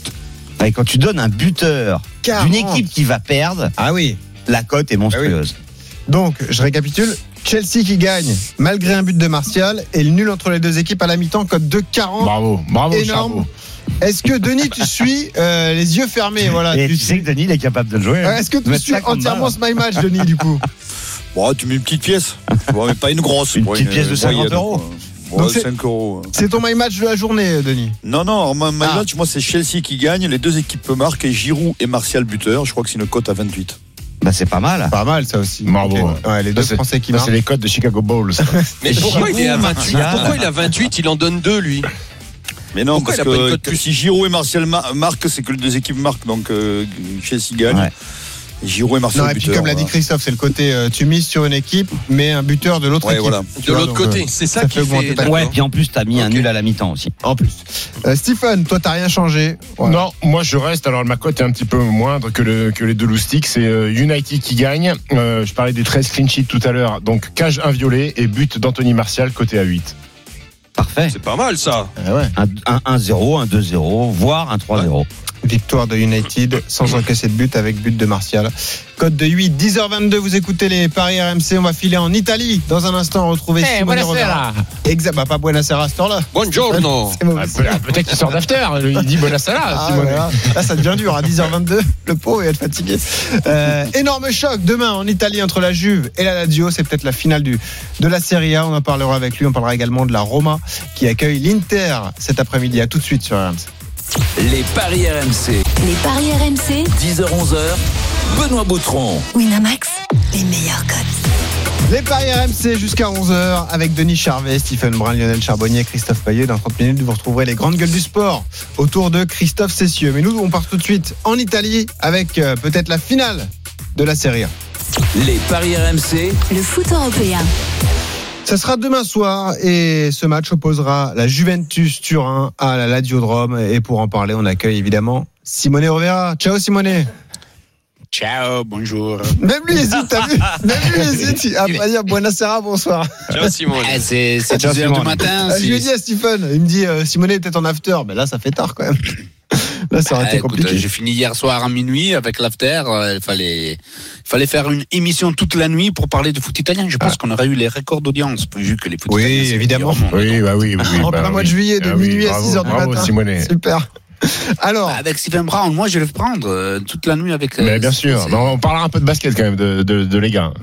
[SPEAKER 5] Et quand tu donnes un buteur d'une
[SPEAKER 3] 40.
[SPEAKER 5] équipe qui va perdre,
[SPEAKER 3] Ah oui.
[SPEAKER 5] la cote est monstrueuse.
[SPEAKER 3] Donc, je récapitule. Chelsea qui gagne malgré un but de Martial et le nul entre les deux équipes à la mi-temps, code de 40.
[SPEAKER 5] Bah.
[SPEAKER 7] Bravo, bravo,
[SPEAKER 3] Énorme.
[SPEAKER 7] Charbot.
[SPEAKER 3] Est-ce que Denis, tu suis euh, les yeux fermés voilà,
[SPEAKER 5] Et
[SPEAKER 3] tu
[SPEAKER 5] tu sais que Denis, il est capable de le jouer. hein.
[SPEAKER 3] Euh, Est-ce que tu
[SPEAKER 5] Mettre
[SPEAKER 3] suis
[SPEAKER 5] 50
[SPEAKER 3] entièrement
[SPEAKER 5] balles.
[SPEAKER 3] ce my match, Denis, du coup
[SPEAKER 6] Bon, tu mets une petite pièce. Bon, mais pas une grosse.
[SPEAKER 5] Une
[SPEAKER 6] Bon,
[SPEAKER 5] petite pièce de 50
[SPEAKER 6] moyenne,
[SPEAKER 5] euros.
[SPEAKER 6] quoi. Bon,
[SPEAKER 3] Donc c'est-
[SPEAKER 6] 5 euros.
[SPEAKER 3] C'est ton my match de la journée, euh, Denis.
[SPEAKER 6] Non, non, ma, ma
[SPEAKER 3] Ah.
[SPEAKER 6] match, moi, c'est Chelsea qui gagne. Les deux équipes marquent et Giroud et Martial buteur. Je crois que c'est une cote à 28.
[SPEAKER 5] Bah, c'est pas mal.
[SPEAKER 3] Pas mal, ça aussi.
[SPEAKER 7] Bravo.
[SPEAKER 3] Ok. Ouais, les
[SPEAKER 7] Ça,
[SPEAKER 3] deux
[SPEAKER 7] c'est-
[SPEAKER 3] Français qui
[SPEAKER 7] Ça, c'est
[SPEAKER 3] marquent.
[SPEAKER 7] les codes de Chicago Bulls.
[SPEAKER 4] Mais pourquoi il est à 28
[SPEAKER 5] Martial.
[SPEAKER 4] Pourquoi il a 28 Il en donne deux lui.
[SPEAKER 6] Mais non,
[SPEAKER 4] Pourquoi il
[SPEAKER 6] parce
[SPEAKER 4] a pas une
[SPEAKER 6] que,
[SPEAKER 4] cote plus
[SPEAKER 6] si Giroud et Martial mar- marquent, c'est que les deux équipes marquent. Donc euh, Chelsea gagne.
[SPEAKER 5] Ouais.
[SPEAKER 6] Et Giroud et Martial
[SPEAKER 3] Non, et
[SPEAKER 6] buteur.
[SPEAKER 3] puis comme l'a dit
[SPEAKER 6] voilà.
[SPEAKER 3] Christophe, c'est le côté euh, tu mises sur une équipe, mais un buteur de l'autre
[SPEAKER 6] Ouais,
[SPEAKER 3] équipe.
[SPEAKER 6] voilà.
[SPEAKER 3] Tu
[SPEAKER 4] De
[SPEAKER 3] vois,
[SPEAKER 4] l'autre
[SPEAKER 3] donc,
[SPEAKER 4] côté, c'est ça,
[SPEAKER 3] ça
[SPEAKER 4] qui
[SPEAKER 3] fait augmenter
[SPEAKER 4] fait.
[SPEAKER 3] ta-
[SPEAKER 4] d'accord.
[SPEAKER 5] Ouais, puis en plus, t'as mis un
[SPEAKER 4] Ok.
[SPEAKER 5] nul à la mi-temps aussi.
[SPEAKER 3] euh, en plus. Euh, Stephen, toi, t'as rien changé. Voilà.
[SPEAKER 7] Non, moi je reste. Alors ma cote est un petit peu moindre que, le, que les deux loustiques. C'est euh, United qui gagne. Euh, je parlais des 13 clean sheets tout à l'heure. Donc cage inviolée et but d'Anthony Martial côté à 8.
[SPEAKER 5] Parfait.
[SPEAKER 4] C'est pas mal ça.
[SPEAKER 5] Un 1-0, un 2-0, voire un 3-0.
[SPEAKER 3] Victoire de United sans encaisser de but avec but de Martial. Code de 8, 10h22, vous écoutez les Paris RMC. On va filer en Italie. Dans un instant, retrouver
[SPEAKER 6] Eh,
[SPEAKER 3] Simone Rovara. Exact, bah pas Buonasera à ce temps-là.
[SPEAKER 4] Buongiorno.
[SPEAKER 3] C'est mauvais.
[SPEAKER 7] Ah, peut- ah, Peut-être qu'il sort d'after. Il dit bonne
[SPEAKER 3] Ah,
[SPEAKER 7] salade.
[SPEAKER 3] voilà. Là, ça devient dur hein. à 10h22. Le pauvre il va être fatigué. Euh, énorme choc demain en Italie entre la Juve et la Lazio. C'est peut-être la finale du, de la Serie A. On en parlera avec lui. On parlera également de la Roma qui accueille l'Inter cet après-midi. À tout de suite sur RMC.
[SPEAKER 2] Les paris RMC.
[SPEAKER 1] Les paris RMC,
[SPEAKER 2] 10h-11h. Benoît Boutron.
[SPEAKER 1] Winamax, les meilleurs codes.
[SPEAKER 3] Les Paris RMC jusqu'à 11h avec Denis Charvet, Stephen Brun, Lionel Charbonnier, Christophe Payet. Dans 30 minutes, vous retrouverez les grandes gueules du sport autour de Christophe Cessieux. Mais nous, on part tout de suite en Italie avec euh, peut-être la finale de la Serie A.
[SPEAKER 2] Les paris RMC.
[SPEAKER 1] Le foot européen.
[SPEAKER 3] Ça sera demain soir et ce match opposera la Juventus Turin à la Lazio de Rome. Et pour en parler, on accueille évidemment Simone Rovera. Ciao Simone.
[SPEAKER 10] Ciao, bonjour.
[SPEAKER 3] Même lui hésite, t'as vu Même lui hésite à pas dire buonasera, bonsoir.
[SPEAKER 4] Ciao Simon.
[SPEAKER 10] Eh, c'est c'est
[SPEAKER 5] Ciao,
[SPEAKER 10] 10 heures
[SPEAKER 5] Simone.
[SPEAKER 10] du matin.
[SPEAKER 3] Ah, je lui ai
[SPEAKER 10] c'est-
[SPEAKER 3] dit à Stephen, il me dit euh, Simone est peut-être en after, mais là ça fait tard quand même. Là ça aurait
[SPEAKER 10] Ah,
[SPEAKER 3] été
[SPEAKER 10] écoute,
[SPEAKER 7] euh,
[SPEAKER 3] compliqué.
[SPEAKER 10] J'ai fini hier soir à minuit avec l'after. euh, Il fallait, il fallait faire une émission toute la nuit pour parler de foot italien. Je pense qu'on aurait eu les records d'audience vu que les foot
[SPEAKER 3] Ah. Oui,
[SPEAKER 10] italiens, c'est le
[SPEAKER 3] évidemment.
[SPEAKER 10] meilleur monde.
[SPEAKER 7] Oui, bah oui, oui.
[SPEAKER 3] en
[SPEAKER 7] bah
[SPEAKER 3] plein mois
[SPEAKER 7] oui.
[SPEAKER 3] de juillet, de
[SPEAKER 7] Ah oui,
[SPEAKER 3] minuit à
[SPEAKER 7] bravo,
[SPEAKER 3] 6h du
[SPEAKER 7] bravo,
[SPEAKER 3] matin.
[SPEAKER 7] Simonet.
[SPEAKER 3] Super. Alors,
[SPEAKER 10] Avec Stephen Brown, moi je vais le prendre euh, toute la nuit avec. euh,
[SPEAKER 7] Mais bien sûr.
[SPEAKER 10] c'est-
[SPEAKER 7] Mais on parlera un peu de basket quand même de, de, de les gars.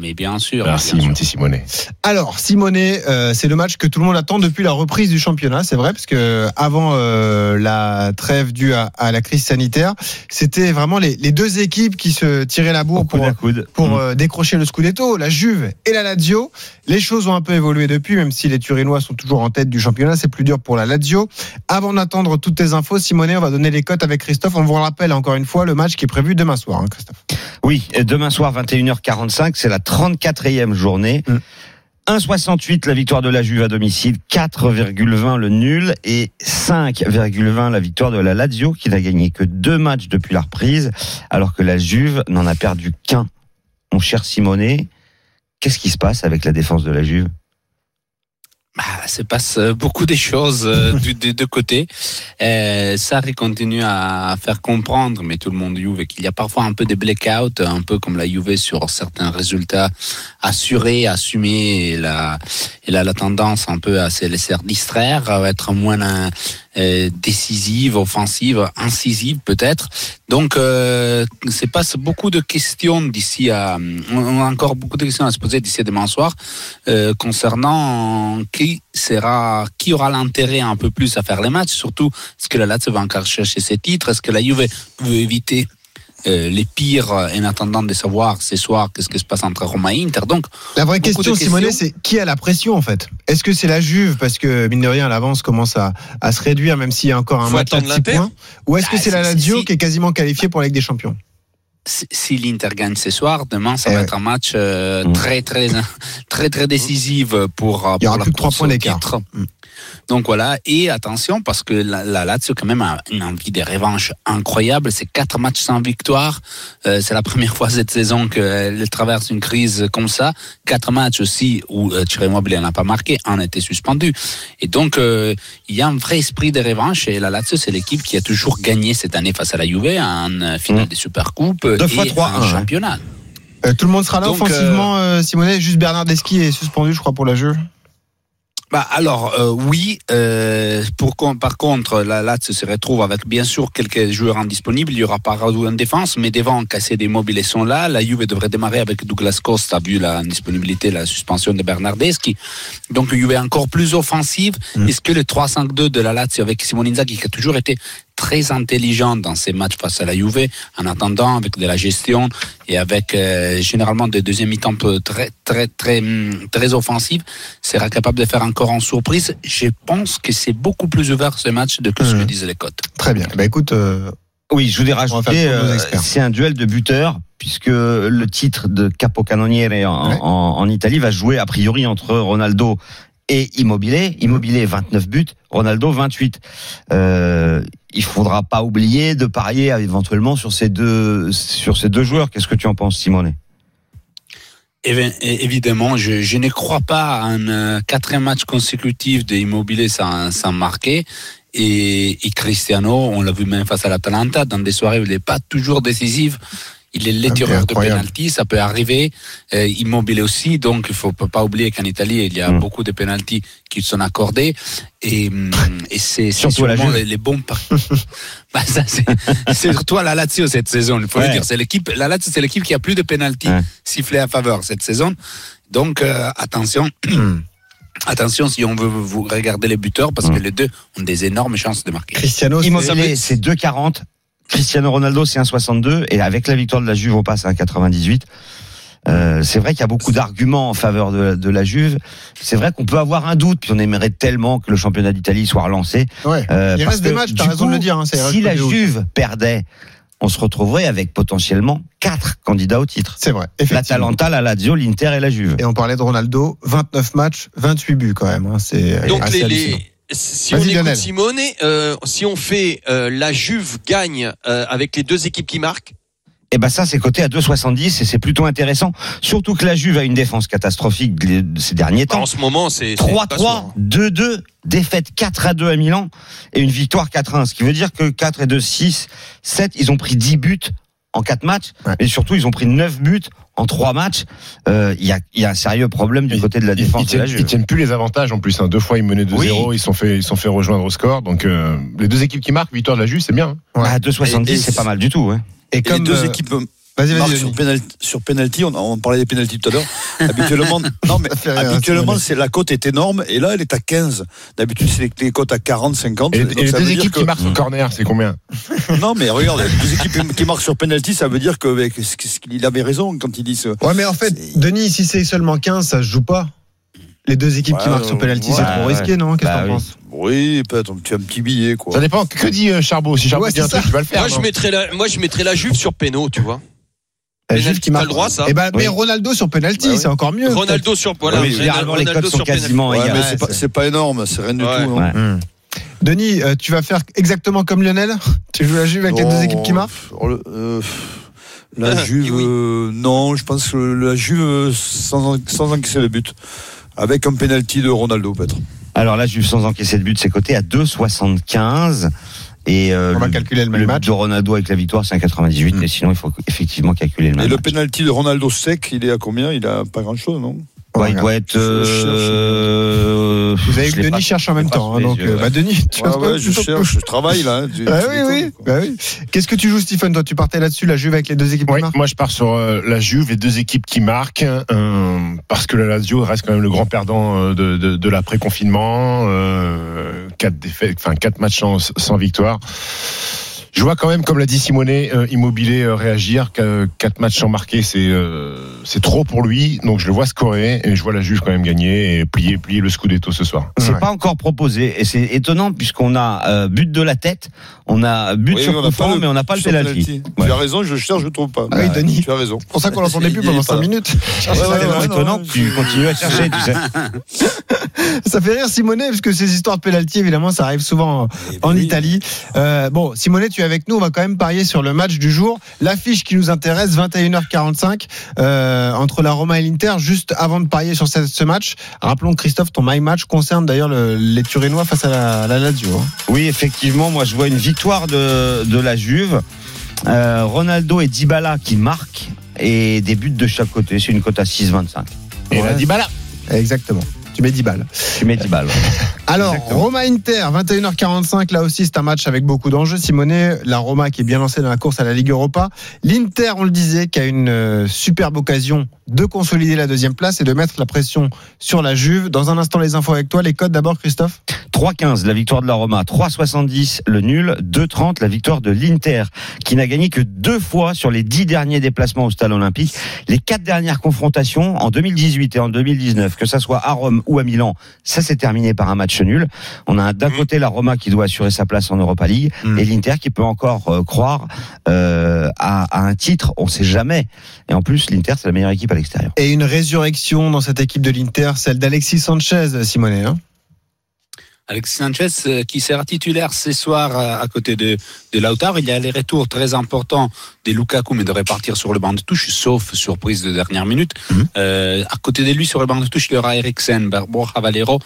[SPEAKER 10] Mais bien sûr.
[SPEAKER 3] Ah,
[SPEAKER 7] Merci
[SPEAKER 10] bien
[SPEAKER 7] mon
[SPEAKER 10] sûr.
[SPEAKER 7] petit Simonet.
[SPEAKER 3] Alors, Simonet, euh, c'est le match que tout le monde attend depuis la reprise du championnat, c'est vrai, parce que avant euh, la trêve due à, à la crise sanitaire, c'était vraiment les, les deux équipes qui se tiraient la bourre pour,
[SPEAKER 5] Coude à coude. Mm.
[SPEAKER 3] pour euh, décrocher le Scudetto, la Juve et la Lazio. Les choses ont un peu évolué depuis, même si les Turinois sont toujours en tête du championnat, c'est plus dur pour la Lazio. Avant d'attendre toutes tes infos, Simonet, on va donner les cotes avec Christophe. On vous rappelle encore une fois le match qui est prévu demain soir, hein, Christophe.
[SPEAKER 5] Oui, et demain soir 21h45, c'est la 34e journée.
[SPEAKER 3] Mm.
[SPEAKER 5] 1,68 la victoire de la Juve à domicile, 4,20 le nul et 5,20 la victoire de la Lazio qui n'a gagné que deux matchs depuis la reprise alors que la Juve n'en a perdu qu'un. Mon cher Simonet, qu'est-ce qui se passe avec la défense de la Juve
[SPEAKER 10] Bah, se passe euh, beaucoup des choses euh, du- des deux côtés. Euh, Sarri continue à faire comprendre, mais tout le monde Juve, qu'il y a parfois un peu des blackouts, un peu comme la Juve sur certains résultats assurés, assumés. Elle a, elle a la tendance un peu à se laisser distraire, à être moins euh, euh, décisive, offensive, incisive peut-être. Donc, euh, se passe beaucoup de questions d'ici à... On a encore beaucoup de questions à se poser d'ici à demain soir euh, concernant qui sera, qui aura l'intérêt un peu plus à faire les matchs, surtout est-ce que la Lazio va encore chercher ses titres, est-ce que la Juve veut éviter euh, les pires euh, en attendant de savoir ce soir qu'est-ce qui se passe entre Roma et Inter. Donc,
[SPEAKER 3] La vraie
[SPEAKER 10] Beaucoup
[SPEAKER 3] question,
[SPEAKER 10] de
[SPEAKER 3] Simonet,
[SPEAKER 10] questions.
[SPEAKER 3] c'est qui a la pression en fait Est-ce que c'est la Juve parce que mine de rien l'avance commence à, à se réduire même s'il y a encore un
[SPEAKER 4] Faut
[SPEAKER 3] match à
[SPEAKER 4] attendre
[SPEAKER 3] 6
[SPEAKER 4] l'Inter
[SPEAKER 3] points Ou est-ce que
[SPEAKER 10] Ah,
[SPEAKER 3] c'est la
[SPEAKER 10] si, si,
[SPEAKER 3] Lazio
[SPEAKER 10] si.
[SPEAKER 3] qui est quasiment qualifiée pour la Ligue des Champions
[SPEAKER 10] si, si l'Inter gagne ce soir, demain, ça
[SPEAKER 3] Eh
[SPEAKER 10] va
[SPEAKER 3] ouais.
[SPEAKER 10] être un match euh,
[SPEAKER 5] Mm.
[SPEAKER 10] très, très, très, très décisif pour, euh,
[SPEAKER 3] Il y
[SPEAKER 10] pour
[SPEAKER 3] aura
[SPEAKER 10] la
[SPEAKER 3] plus que trois
[SPEAKER 10] course
[SPEAKER 3] points
[SPEAKER 10] au
[SPEAKER 3] d'écart. Mm.
[SPEAKER 10] titre. Donc voilà, et attention, parce que la, la Lazio, quand même, a une envie de revanche incroyable. C'est quatre matchs sans victoire. Euh, c'est la première fois cette saison qu'elle traverse une crise comme ça. Quatre matchs aussi où euh, Thierry Mobley n'a pas marqué, en était suspendu. Et donc, euh, il y a un vrai esprit de revanche. Et la Lazio, c'est l'équipe qui a toujours gagné cette année face à la Juve en euh, finale
[SPEAKER 5] Mm.
[SPEAKER 10] des Supercoupes
[SPEAKER 5] Deux fois
[SPEAKER 10] et
[SPEAKER 5] 3-1,
[SPEAKER 10] en
[SPEAKER 5] hein.
[SPEAKER 10] championnat.
[SPEAKER 3] Euh, Tout le monde sera là
[SPEAKER 10] Donc,
[SPEAKER 3] offensivement, euh, Simonet. Juste Bernard Deschi est suspendu, je crois, pour la jeu.
[SPEAKER 10] Bah alors euh, oui, euh, pour qu'on- par contre la Lazio se retrouve avec bien sûr quelques joueurs indisponibles. Il y aura Parado en défense, mais devant Cassé des mobiles sont là. La Juve devrait démarrer avec Douglas Costa vu la disponibilité, la suspension de Bernardeschi. Donc Juve encore plus offensive. Est-ce que le 3-5-2 de la Lazio avec Simone Inzaghi qui a toujours été très intelligent dans ses matchs face à la Juve, en attendant avec de la gestion et avec euh, généralement des deuxièmes mi-temps peu- très très très hum, très offensives, sera capable de faire encore en surprise. Je pense que c'est beaucoup plus ouvert ce match de que ce
[SPEAKER 3] Mhm.
[SPEAKER 10] que disaient les cotes.
[SPEAKER 3] Très bien. Bah écoute, euh,
[SPEAKER 5] Oui, je voulais
[SPEAKER 3] On va faire
[SPEAKER 5] rajouter,
[SPEAKER 3] le tour de nos
[SPEAKER 5] euh,
[SPEAKER 3] experts.
[SPEAKER 5] c'est un duel de buteurs, puisque le titre de Capocannoniere en,
[SPEAKER 3] Ouais.
[SPEAKER 5] en, en Italie va jouer a priori entre Ronaldo et Immobilier. Immobilier 29 buts, Ronaldo 28. Euh, il faudra pas oublier de parier éventuellement sur ces deux, sur ces deux joueurs. Qu'est-ce que tu en penses, Simone
[SPEAKER 10] Évi- Eh é- Évidemment, je, je ne crois pas à un euh, quatrième match consécutif des Immobilier sans, sans marquer. Et, et Cristiano, on l'a vu même face à l'Atalanta, dans des soirées où il n'est pas toujours décisif. Il est
[SPEAKER 3] Ah,
[SPEAKER 10] les
[SPEAKER 3] mais
[SPEAKER 10] tireurs de
[SPEAKER 3] incroyable.
[SPEAKER 10] penalty, ça peut arriver. Euh, Immobile aussi, donc il faut peut pas oublier qu'en Italie, il y a
[SPEAKER 5] Mm.
[SPEAKER 10] beaucoup de penalties qui sont accordés. Et, hum, et c'est c'est
[SPEAKER 5] Surtout à la
[SPEAKER 10] sûrement
[SPEAKER 5] Juve.
[SPEAKER 10] les, les bons par- bah, ça, c'est c'est surtout à la Lazio cette saison, il faut
[SPEAKER 5] Ouais.
[SPEAKER 10] le dire. C'est l'équipe, la Lazio, c'est l'équipe qui a plus de penalties
[SPEAKER 5] Ouais.
[SPEAKER 10] sifflés à faveur cette saison. Donc euh, attention. Attention si on veut vous regarder les buteurs parce
[SPEAKER 6] Mm.
[SPEAKER 10] que les deux ont des énormes chances de marquer.
[SPEAKER 3] Cristiano, c'est-
[SPEAKER 5] Immobilier, c'est 2,40. Cristiano Ronaldo, c'est 1,62. Et avec la victoire de la Juve, on passe à 1,98. Euh, c'est vrai qu'il y a beaucoup d'arguments en faveur de, de la Juve. C'est vrai qu'on peut avoir un doute, puis on aimerait tellement que le championnat d'Italie soit relancé.
[SPEAKER 3] ouais.
[SPEAKER 5] Euh,
[SPEAKER 3] Il
[SPEAKER 5] parce
[SPEAKER 3] reste des
[SPEAKER 5] que,
[SPEAKER 3] matchs, t'as
[SPEAKER 5] du
[SPEAKER 3] raison de
[SPEAKER 5] coup,
[SPEAKER 3] le dire. hein, ça reste
[SPEAKER 5] si
[SPEAKER 3] pas
[SPEAKER 5] la
[SPEAKER 3] des hauts.
[SPEAKER 5] Juve perdait, on se retrouverait avec potentiellement quatre candidats au titre.
[SPEAKER 3] C'est vrai. Effectivement.
[SPEAKER 5] L'Atalanta, la Lazio, l'Inter et la Juve.
[SPEAKER 3] Et on parlait de Ronaldo, 29 matchs, 28 buts quand même. hein, C'est
[SPEAKER 4] Donc
[SPEAKER 3] assez
[SPEAKER 4] les,
[SPEAKER 3] hallucinant.
[SPEAKER 4] les- si on
[SPEAKER 3] Vas-y,
[SPEAKER 4] écoute
[SPEAKER 3] Lionel.
[SPEAKER 4] Simone, euh, si on fait euh, la Juve gagne euh, avec les deux équipes qui marquent, bah,
[SPEAKER 5] Et ben ça, c'est coté à 2,70 et c'est plutôt intéressant. Surtout que la Juve a une défense catastrophique de de ces derniers
[SPEAKER 4] bah,
[SPEAKER 5] temps.
[SPEAKER 4] en ce moment c'est c'est pas sûr.
[SPEAKER 5] 3-3, 2-2, défaite 4-2 à Milan et une victoire 4-1. Ce qui veut dire que 4 et 2, 6, 7, ils ont pris 10 buts en 4 matchs.
[SPEAKER 3] Ouais.
[SPEAKER 5] Et surtout, ils ont pris 9 buts en 3 matchs. Euh, Il y, a, il y a un sérieux problème du
[SPEAKER 7] Ils-
[SPEAKER 5] côté de la
[SPEAKER 7] Ils,
[SPEAKER 5] défense
[SPEAKER 7] ils
[SPEAKER 5] de la
[SPEAKER 7] tiennent, ils
[SPEAKER 5] Juve.
[SPEAKER 7] tiennent plus les avantages en plus. hein. Deux fois ils menaient 2-0,
[SPEAKER 5] Oui.
[SPEAKER 7] ils sont fait ils sont fait rejoindre au score. Donc euh, les deux équipes qui marquent, victoire de la Juve, c'est bien. hein.
[SPEAKER 3] Ouais.
[SPEAKER 5] Bah, 2,70,
[SPEAKER 6] Et- et-
[SPEAKER 5] c'est pas mal du tout. hein.
[SPEAKER 3] Et
[SPEAKER 6] Et les
[SPEAKER 3] comme
[SPEAKER 6] deux
[SPEAKER 3] euh,
[SPEAKER 6] équipes
[SPEAKER 3] Vas-y,
[SPEAKER 6] marquent
[SPEAKER 3] vas-y.
[SPEAKER 6] sur
[SPEAKER 3] Denis.
[SPEAKER 6] penalty, sur penalty, on, on parlait des penalties tout à l'heure. habituellement, non mais
[SPEAKER 3] Ça fait rire, hein,
[SPEAKER 6] habituellement
[SPEAKER 3] Simone.
[SPEAKER 6] c'est la cote est énorme et là elle est à 15. D'habitude c'est les, les cotes à 40, 50.
[SPEAKER 7] Et, et
[SPEAKER 6] Donc,
[SPEAKER 7] les
[SPEAKER 6] ça veut
[SPEAKER 7] deux
[SPEAKER 6] dire
[SPEAKER 7] équipes
[SPEAKER 6] que-
[SPEAKER 7] qui marquent au corner, c'est combien
[SPEAKER 6] Non mais regarde, les deux équipes qui marquent sur penalty, ça veut dire que avec ce qu'il- il avait raison quand il dit ce.
[SPEAKER 3] Ouais, mais en fait,
[SPEAKER 6] C'est-
[SPEAKER 3] Denis, si c'est seulement 15, ça se joue pas. Les deux équipes qui
[SPEAKER 6] Ouais,
[SPEAKER 3] marquent sur penalty,
[SPEAKER 6] ouais,
[SPEAKER 3] c'est trop
[SPEAKER 5] ouais.
[SPEAKER 3] risqué, non Qu'est-ce que
[SPEAKER 5] Bah
[SPEAKER 3] t'en
[SPEAKER 5] oui.
[SPEAKER 3] penses
[SPEAKER 6] Oui, peut-être tu as un petit billet quoi.
[SPEAKER 7] Ça dépend. Que dit euh, Charbot Si Charbot
[SPEAKER 3] Ouais,
[SPEAKER 7] dit un
[SPEAKER 3] c'est
[SPEAKER 7] truc,
[SPEAKER 3] ça.
[SPEAKER 7] tu vas le faire.
[SPEAKER 4] Moi je
[SPEAKER 7] non
[SPEAKER 4] mettrais la moi je mettrais la Juve sur péno, tu vois.
[SPEAKER 3] La
[SPEAKER 4] Penalty,
[SPEAKER 3] Juve qui
[SPEAKER 4] t'as
[SPEAKER 3] marque.
[SPEAKER 4] le droit, ça.
[SPEAKER 3] Eh ben, mais
[SPEAKER 5] Oui.
[SPEAKER 3] Ronaldo sur penalty,
[SPEAKER 6] Bah oui.
[SPEAKER 3] c'est encore mieux. Ah
[SPEAKER 4] Ronaldo sur voilà,
[SPEAKER 5] Oui, généralement, les codes
[SPEAKER 4] Ronaldo
[SPEAKER 5] sont
[SPEAKER 4] sur péno.
[SPEAKER 5] quasiment
[SPEAKER 6] Ouais,
[SPEAKER 5] égales.
[SPEAKER 6] mais c'est pas, c'est pas énorme, c'est rien du
[SPEAKER 4] Ouais.
[SPEAKER 6] tout. hein. non.
[SPEAKER 5] Ouais.
[SPEAKER 3] Hmm. Denis, euh, tu vas faire exactement comme Lionel Tu joues la Juve avec les
[SPEAKER 6] Non,
[SPEAKER 3] deux équipes qui marquent
[SPEAKER 6] oh, le- euh, La
[SPEAKER 4] Ah,
[SPEAKER 6] Juve,
[SPEAKER 4] et oui.
[SPEAKER 6] euh, non, je pense que la Juve euh, sans, sans encaisser le but. Avec un penalty de Ronaldo, peut-être.
[SPEAKER 5] Alors la Juve, sans encaisser de but, c'est coté à 2,75. Et euh,
[SPEAKER 3] On va
[SPEAKER 5] le-
[SPEAKER 3] calculer le
[SPEAKER 5] le
[SPEAKER 3] même
[SPEAKER 5] but
[SPEAKER 3] match.
[SPEAKER 5] de Ronaldo avec la victoire, c'est 1,98.
[SPEAKER 3] Mm.
[SPEAKER 5] Mais sinon, il faut effectivement calculer le
[SPEAKER 6] Et
[SPEAKER 5] même.
[SPEAKER 6] le
[SPEAKER 5] match.
[SPEAKER 6] penalty de Ronaldo sec, il est à combien Il a pas grand-chose, non
[SPEAKER 3] On
[SPEAKER 5] Ouais, il
[SPEAKER 3] regarde.
[SPEAKER 5] doit être.
[SPEAKER 6] Je- je-
[SPEAKER 5] euh,
[SPEAKER 3] Vous avez
[SPEAKER 5] je
[SPEAKER 3] que
[SPEAKER 5] l'ai
[SPEAKER 3] Denis
[SPEAKER 5] pas-
[SPEAKER 3] cherche en
[SPEAKER 5] je l'ai
[SPEAKER 3] même
[SPEAKER 5] pas
[SPEAKER 3] temps.
[SPEAKER 5] sous
[SPEAKER 3] hein,
[SPEAKER 5] les
[SPEAKER 3] donc,
[SPEAKER 5] yeux,
[SPEAKER 3] euh,
[SPEAKER 5] ouais.
[SPEAKER 3] bah, Denis, tu
[SPEAKER 6] Ouais,
[SPEAKER 3] vas
[SPEAKER 6] ouais, je cherche, je travaille là. hein, tu-
[SPEAKER 3] Bah
[SPEAKER 6] tu
[SPEAKER 3] oui,
[SPEAKER 6] m'étonnes,
[SPEAKER 3] oui.
[SPEAKER 6] quoi.
[SPEAKER 3] bah oui. Qu'est-ce que tu joues, Stephen Toi, tu partais là-dessus, la Juve avec les deux équipes qui
[SPEAKER 7] Ouais,
[SPEAKER 3] marquent
[SPEAKER 7] moi, je pars sur euh, la Juve, les deux équipes qui marquent, euh, parce que la Lazio reste quand même le grand perdant euh, de, de, de l'après-confinement. Euh, quatre défaites, enfin quatre matchs sans, sans victoire. Je vois quand même, comme l'a dit Simonet, euh, Immobilier euh, réagir. que- Quatre matchs sans marquer, c'est euh, c'est trop pour lui. Donc je le vois scorer et je vois la Juve quand même gagner et plier, plier le Scudetto ce soir.
[SPEAKER 5] C'est pas encore proposé et c'est étonnant puisqu'on a euh, but de la tête, on a but
[SPEAKER 6] Oui,
[SPEAKER 5] sur
[SPEAKER 6] mais on
[SPEAKER 5] coup
[SPEAKER 6] n'a pas
[SPEAKER 5] franc,
[SPEAKER 6] le-
[SPEAKER 5] mais on n'a pas le
[SPEAKER 6] sur
[SPEAKER 5] penalty.
[SPEAKER 6] Tu
[SPEAKER 5] Ouais.
[SPEAKER 6] as raison, je cherche, je ne trouve pas.
[SPEAKER 3] Ah oui, Denis.
[SPEAKER 6] Tu as raison.
[SPEAKER 3] C'est pour ça qu'on l'entendait plus
[SPEAKER 6] Il est
[SPEAKER 3] pendant 5
[SPEAKER 6] pas là.
[SPEAKER 3] minutes.
[SPEAKER 5] C'est
[SPEAKER 6] Ouais, ouais,
[SPEAKER 5] tellement
[SPEAKER 6] ouais,
[SPEAKER 5] étonnant
[SPEAKER 6] non,
[SPEAKER 5] que tu continues à chercher, tu sais.
[SPEAKER 3] Ça fait rire Simonet, parce que ces histoires de pénalty, évidemment, ça arrive souvent en- en Italie. Euh, bon, Simonet, tu es avec nous. On va quand même parier sur le match du jour. L'affiche qui nous intéresse, 21h45, euh, entre la Roma et l'Inter. Juste avant de parier sur ce, ce match, rappelons que Christophe, ton my match concerne d'ailleurs le- les Turinois face à la, la Lazio. hein.
[SPEAKER 5] Oui, effectivement, moi je vois une victoire de, de la Juve. Euh, Ronaldo et Dybala qui marquent et des buts de chaque côté. C'est une cote à 6,25.
[SPEAKER 7] Et
[SPEAKER 3] Ouais.
[SPEAKER 7] la Dybala.
[SPEAKER 3] Exactement. Tu mets 10 balles.
[SPEAKER 5] Tu mets Dybala.
[SPEAKER 3] Alors,
[SPEAKER 5] Exactement.
[SPEAKER 3] Roma Inter, 21h45, là aussi c'est un match avec beaucoup d'enjeux. Simonet, la Roma qui est bien lancée dans la course à la Ligue Europa. L'Inter, on le disait, qui a une euh, superbe occasion de consolider la deuxième place et de mettre la pression sur la Juve. Dans un instant, les infos avec toi. Les codes d'abord, Christophe
[SPEAKER 5] 3,15 la victoire de la Roma, 3,70 le nul, 2,30 la victoire de l'Inter qui n'a gagné que deux fois sur les dix derniers déplacements au stade olympique. Les quatre dernières confrontations en 2018 et en 2019, que ça soit à Rome ou à Milan, ça s'est terminé par un match nul. On a d'un côté la Roma qui doit assurer sa place en Europa League et l'Inter qui peut encore euh, croire euh, à, à un titre. On sait jamais. Et en plus, l'Inter c'est la meilleure équipe à l'extérieur.
[SPEAKER 3] Et une résurrection dans cette équipe de l'Inter, celle d'Alexis Sanchez, Simonet. hein.
[SPEAKER 10] Alexis Sanchez euh, qui sera titulaire ce soir euh, à côté de, de Lautaro. Il y a les retours très importants de Lukaku, mais de repartir sur le banc de touche, sauf surprise de dernière minute. Euh, à côté de lui, sur le banc de touche, il y aura Eriksen, Bar- Borja Valero,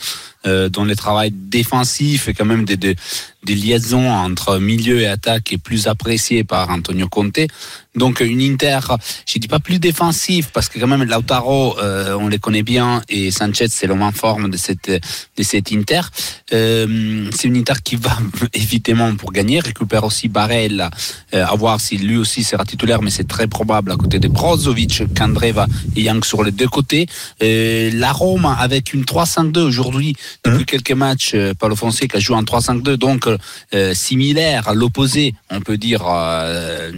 [SPEAKER 10] euh, dont le travail défensif et quand même des, des, des liaisons entre milieu et attaque est plus apprécié par Antonio Conte. Donc une Inter, je dis pas plus défensive, parce que quand même Lautaro, euh, on les connaît bien, et Sanchez, c'est l'homme en forme de cette, de cette Inter. Euh, c'est une Inter qui va évidemment pour gagner, récupère aussi Barella, euh, à voir si lui aussi sera titulaire, mais c'est très probable à côté de Brozovic, Kandreva et Yang sur les deux côtés. Euh, la Rome avec une 3-5-2 aujourd'hui,
[SPEAKER 3] Hein
[SPEAKER 10] depuis quelques matchs, euh, Paolo Fonseca joue en 3-5-2, donc euh, similaire à l'opposé, on peut dire euh,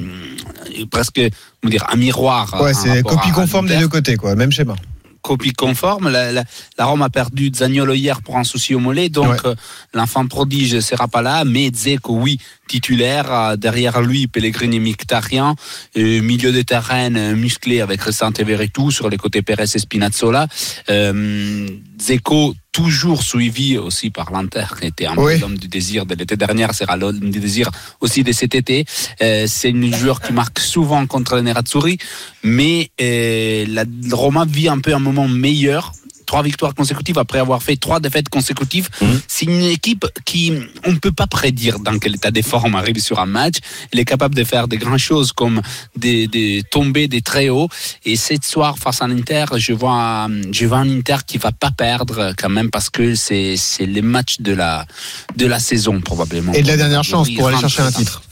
[SPEAKER 10] euh, presque comment dire, un miroir.
[SPEAKER 3] Ouais,
[SPEAKER 10] hein,
[SPEAKER 3] c'est
[SPEAKER 10] rapport
[SPEAKER 3] copie
[SPEAKER 10] à- à
[SPEAKER 3] conforme des
[SPEAKER 10] l'Inter
[SPEAKER 3] deux côtés, quoi. Même schéma.
[SPEAKER 10] copie conforme. La, la- la Rome a perdu Zagnolo hier pour un souci au mollet, donc
[SPEAKER 3] Ouais.
[SPEAKER 10] euh, l'enfant prodige sera pas là. Mais Zeko, oui, titulaire. Euh, derrière lui, Pellegrini Mictarian. Euh, milieu de terrain euh, musclé avec Ressante Veretout. Sur les côtés Pérez et Spinazzola. Euh, Zeko, toujours suivi aussi par l'Inter, qui était un
[SPEAKER 3] Oui.
[SPEAKER 10] peu l'homme du désir de l'été dernier, sera l'homme du désir aussi de cet été. Euh, c'est une joueur qui marque souvent contre les Nerazzurri, mais euh, la Roma vit un peu un moment meilleur. Trois victoires consécutives après avoir fait trois défaites consécutives.
[SPEAKER 3] Mmh.
[SPEAKER 5] Mhm.
[SPEAKER 10] C'est une équipe qui, on ne peut pas prédire dans quel état des formes arrive sur un match. Elle est capable de faire des grandes choses comme des, des tomber des très hauts. Et cette soir face à l'Inter, je vois, euh, je vois un Inter qui va pas perdre euh, quand même parce que c'est c'est les matchs de la de la saison probablement.
[SPEAKER 3] Et de la dernière
[SPEAKER 10] Ils
[SPEAKER 3] chance pour aller
[SPEAKER 10] rentrent
[SPEAKER 3] chercher un
[SPEAKER 10] dedans.
[SPEAKER 3] titre.